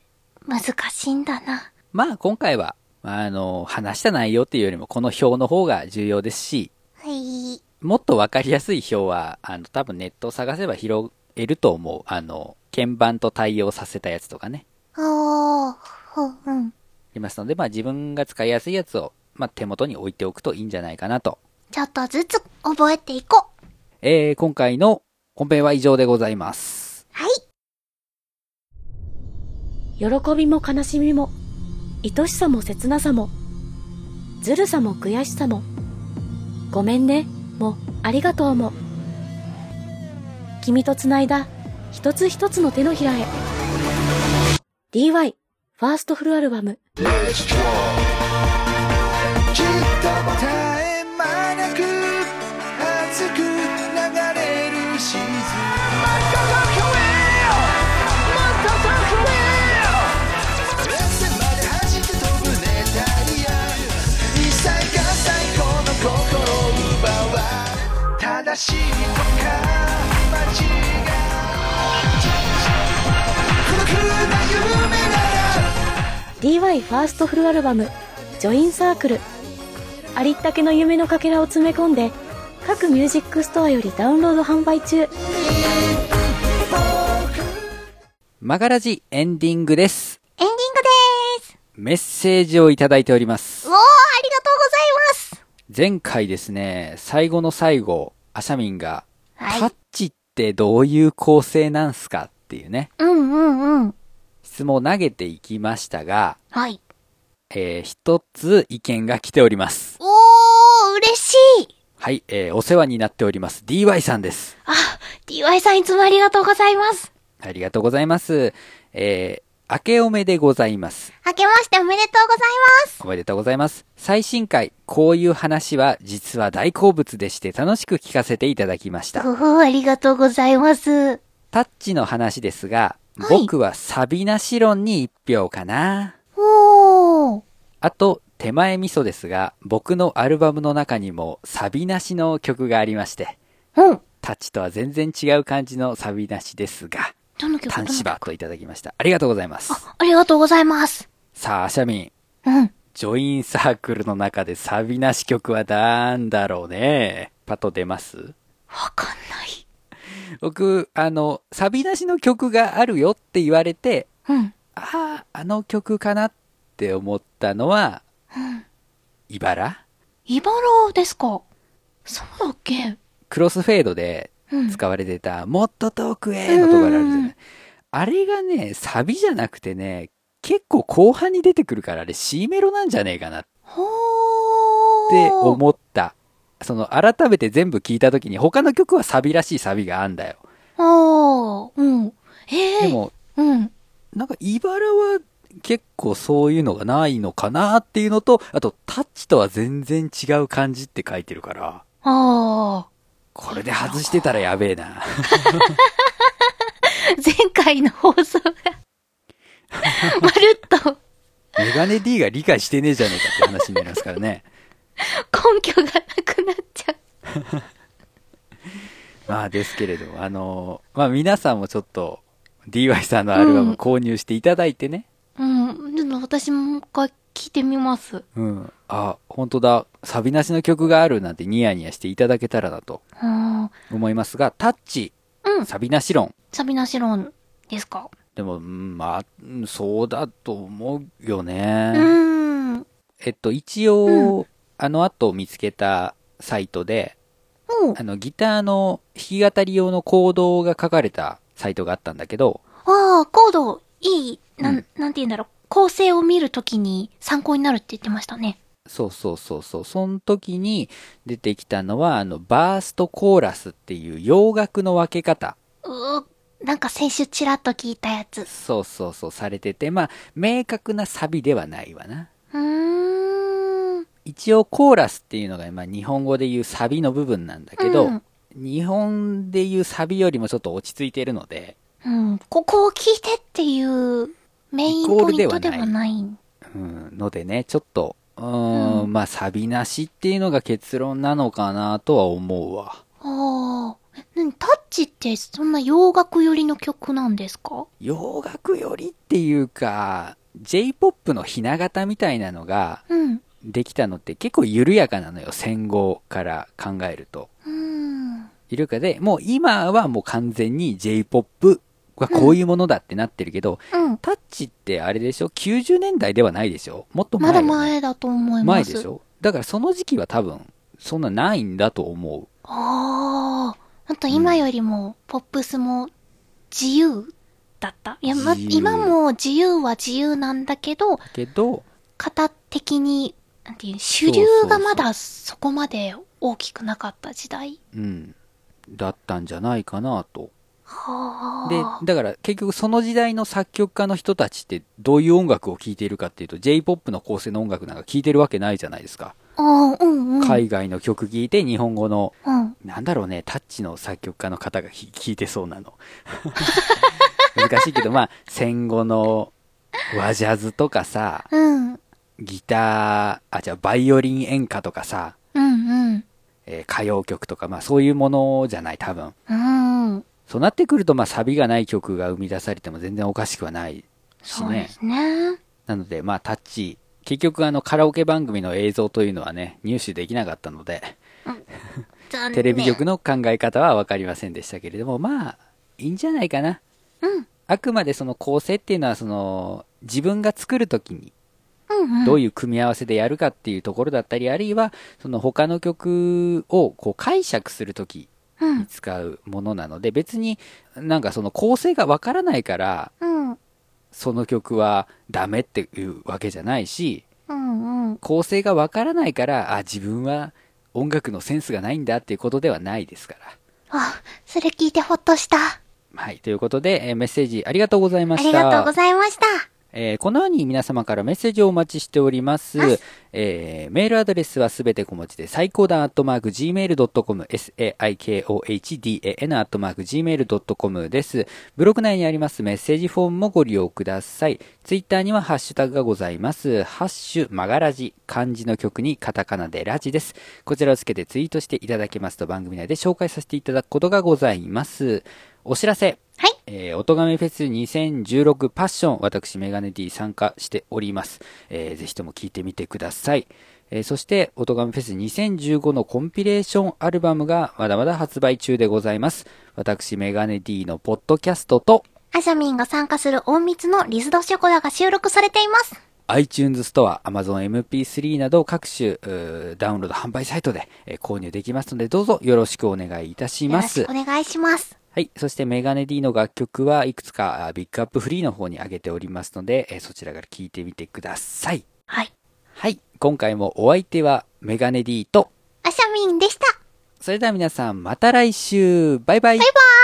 B: 難しいんだな。
A: まあ今回は、あの、話した内容っていうよりもこの表の方が重要ですし、
B: はい。
A: もっとわかりやすい表は、あの、多分ネットを探せば拾えると思う。あの、鍵盤と対応させたやつとかね。
B: おー、ほ、うん。
A: ありますので、まあ自分が使いやすいやつを、まあ手元に置いておくといいんじゃないかなと。
B: ちょっとずつ覚えていこう。
A: えー、今回の本編は以上でございます。
B: はい。
C: 喜びも悲しみも愛しさも切なさもずるさも悔しさもごめんねもありがとうも君とつないだ一つ一つの手のひらへ DY ファーストフルアルバム
D: 絶え間なく熱く流れる静ま汗まで走って飛ぶネタリア2歳が最高の心を奪わ正しいとか間違い孤独な夢なら
C: DY ファーストフルアルバム「ジョインサークル」ありったけの夢のかけらを詰め込んで各ミュージックストアよりダウンロード販売中
A: マガラジエンディングです。
B: エンディングでーす。
A: メッセージをいただいております
B: おー、あり。がとうございます。
A: 前回ですね、最後の最後、アシャミンが、
B: はい
A: タッチってどういう構成なんすかっていうね、
B: うんうんうん。
A: 質問を投げていきましたが、
B: はい。
A: えー一つ意見が来ております。
B: おー、嬉しい。
A: はい、えーお世話になっております。DY さんです。
B: あ、DY さんいつもありがとうございます。
A: ありがとうございます。えー明けおめでございます。
B: 明けましておめでとうございます。
A: おめでとうございます。最新回、こういう話は実は大好物でして楽しく聞かせていただきました。
B: おー、ありがとうございます。
A: タッチの話ですが、
B: はい
A: 僕はサビなし論に1票かな。
B: おー。
A: あと、手前味噌ですが、僕のアルバムの中にもサビなしの曲がありまして、
B: うん。
A: タッチとは全然違う感じのサビなしですが、
B: どの曲
A: 単
B: どの曲
A: 芝といただきました。ありがとうございます。
B: ありがとうございます。
A: さあ、アシャミン、
B: うん。
A: ジョインサークルの中でサビなし曲はなんだろうね。パッと出ます
B: わかんない。
A: 僕、あの、サビなしの曲があるよって言われて、
B: うん。
A: ああ、あの曲かなって思ったのは、
B: うん。
A: 茨
B: 茨ですか。そうだっけ
A: クロスフェードで
B: うん。
A: 使われてた、もっと遠くへのところあるじゃない、
B: うん
A: あれがね、サビじゃなくてね、結構後半に出てくるからあれ C メロなんじゃねえかなっ
B: ほー。
A: って思った。その、改めて全部聞いたときに、他の曲はサビらしいサビがあんだよ。
B: あー。うん。ええ
A: で
B: ー。
A: も、
B: うん。
A: なんか、茨は結構そういうのがないのかなっていうのと、あと、タッチとは全然違う感じって書いてるから、
B: あ
A: これで外してたらやべえな。
B: ー。 <laughs> 前回の放送
A: <laughs>
B: が、まるっと
A: メガネ D が理解してねえじゃねえかって話になりますからね。 <laughs>
B: 根拠がなくなっちゃう。
A: まあ、ですけれど、あの、まあ皆さんもちょっと、DY さんのアルバム購入していただいてね。
B: うん。でも私ももう一回聞いてみます。
A: うん。あ、本当だ。サビなしの曲があるなんてニヤニヤしていただけたらなと
B: うん。
A: 思いますが、タッチ、
B: うん。
A: サビなし論。
B: サビナシロンですか。
A: でも、うんまあ、うんそうだと思うよ
B: う
A: ね。
B: ーん。
A: えっと、一応、あの後見つけたサイトで、
B: おう
A: あの、ギターの弾き語り用のコードが書かれたサイトがあったんだけど、
B: ああ、コード、いい、なん、
A: うん
B: なんて言うんだろう。構成を見るときに参考になるって言ってましたね。
A: そうそうそうそう。その時に出てきたのは、あの、バースとコーラスっていう洋楽の分け方。
B: うー、なんか先週ちらっと聞いたやつ。う
A: そうそうそうされてて、まあ、明確なサビではないわな。
B: ーん。
A: 一応コーラスっていうのが、まあ、日本語で言うサビの部分なんだけど、
B: うん
A: 日本で言うサビよりもちょっと落ち着いてるので、
B: うん。ここを聞いてっていうメインポイントではない。
A: うん、のでね、ちょっと、うーん、
B: うん
A: まあ、サビなしっていうのが結論なのかなとは思うわ。
B: ああ。え、なに、タッチってそんな洋楽寄りの曲なんですか
A: 洋楽よりっていうか、J-POP のひな形みたいなのが
B: うん。う
A: できたのって結構緩やかなのよ、戦後から考えると。
B: ーん。
A: いるかで、もう今はもう完全に J-POP はこういうものだってなってるけど、
B: うん。
A: タッチってあれでしょ ?90 年代ではないでしょもっと前
B: ま
A: よ
B: だ
A: ね、
B: 前だと思いま
A: 前
B: す。
A: でしょだからその時期は多分、そんなないんだと思う。
B: ああ、あと今よりもポップスも自由だった。いや、ま、
A: 自由
B: 今も自由は自由なんだけど、
A: けど、
B: 型的に、なんていう、主流がまだそこまで大きくなかった時代。
A: うん。だったんじゃないかなと。
B: は
A: で、だから結局その時代の作曲家の人たちってどういう音楽を聴いているかっていうと J-POP の構成の音楽なんか聴いてるわけないじゃないですか。
B: ああ、うんうん。
A: 海外の曲聴いて日本語の
B: うん。
A: なんだろうね、タッチの作曲家の方がひ聞いてそうなの。 <laughs> 難しいけど、まあ、戦後の和ジャズとかさ、
B: うん。
A: ギター、あ、じゃあバイオリン演歌とかさ、
B: うん
A: えー歌謡曲とか、まあそういうものじゃない、多分。
B: うん。うん。
A: そうなってくると、まあサビがない曲が生み出されても全然おかしくはないし
B: そうで
A: ね。
B: すね。
A: なので、まあタッチ、結局あのカラオケ番組の映像というのはね、入手できなかったので、
B: 残念。
A: テレビ局の考え方は分かりませんでしたけれども、まあ、いいんじゃないかな。
B: うん。
A: あくまでその構成っていうのはその自分が作るときに
B: うんうん。
A: どう
B: いう
A: いう組み合わせでやるかっていうところだったり、あるいはその他の曲をこう解釈するとき
B: う
A: に
B: ん。
A: 使うものなので、別になんかその構成がわからないから
B: うん。
A: その曲はダメっていうわけじゃないし、
B: うんうん。
A: 構成がわからないから、あ、自分は音楽のセンスがないんだっていうことではないですから。
B: あ、それ聞いてほっとした。あ
A: はい。ということで、えーメッセージありがとうございました。
B: りがとうございました。
A: えーこのように皆様からメッセージをお待ちしております。えーメールアドレスはすべて小文字で、最高段アットマーク gmail.com、saikohdan アットマーク gmail.com です。ブログ内にありますメッセージフォームもご利用ください。ツイッターにはハッシュタグがございます。ハッシュ、マガラジ、漢字の曲にカタカナでラジです。こちらをつけてツイートしていただけますと番組内で紹介させていただくことがございます。お知らせ。
B: はい。
A: えー、おとがめフェス2016パッション、私メガネ D 参加しております。えーぜひとも聞いてみてください。えーそして、オトガメフェス2015のコンピレーションアルバムがまだまだ発売中でございます。私、メガネ D のポッドキャストと
B: アジャミンが参加する隠密のリスドショコラが収録されています。
A: iTunes ストア、Amazon MP3 など各種うーダウンロード販売サイトで、えー購入できますので、どうぞよろしくお願いいたし
B: よろ
A: ま
B: し
A: す
B: くお。願いします。
A: はい。そしてメガネ D の楽曲はいくつかあビッグアップフリーの方に上げておりますので、えーそちらから聴いてみてください。
B: はい。
A: はい。今回もお相手はメガネ D と、
B: アシャミンでした。
A: それでは皆さんまた来週バイバイ
B: バイバーイ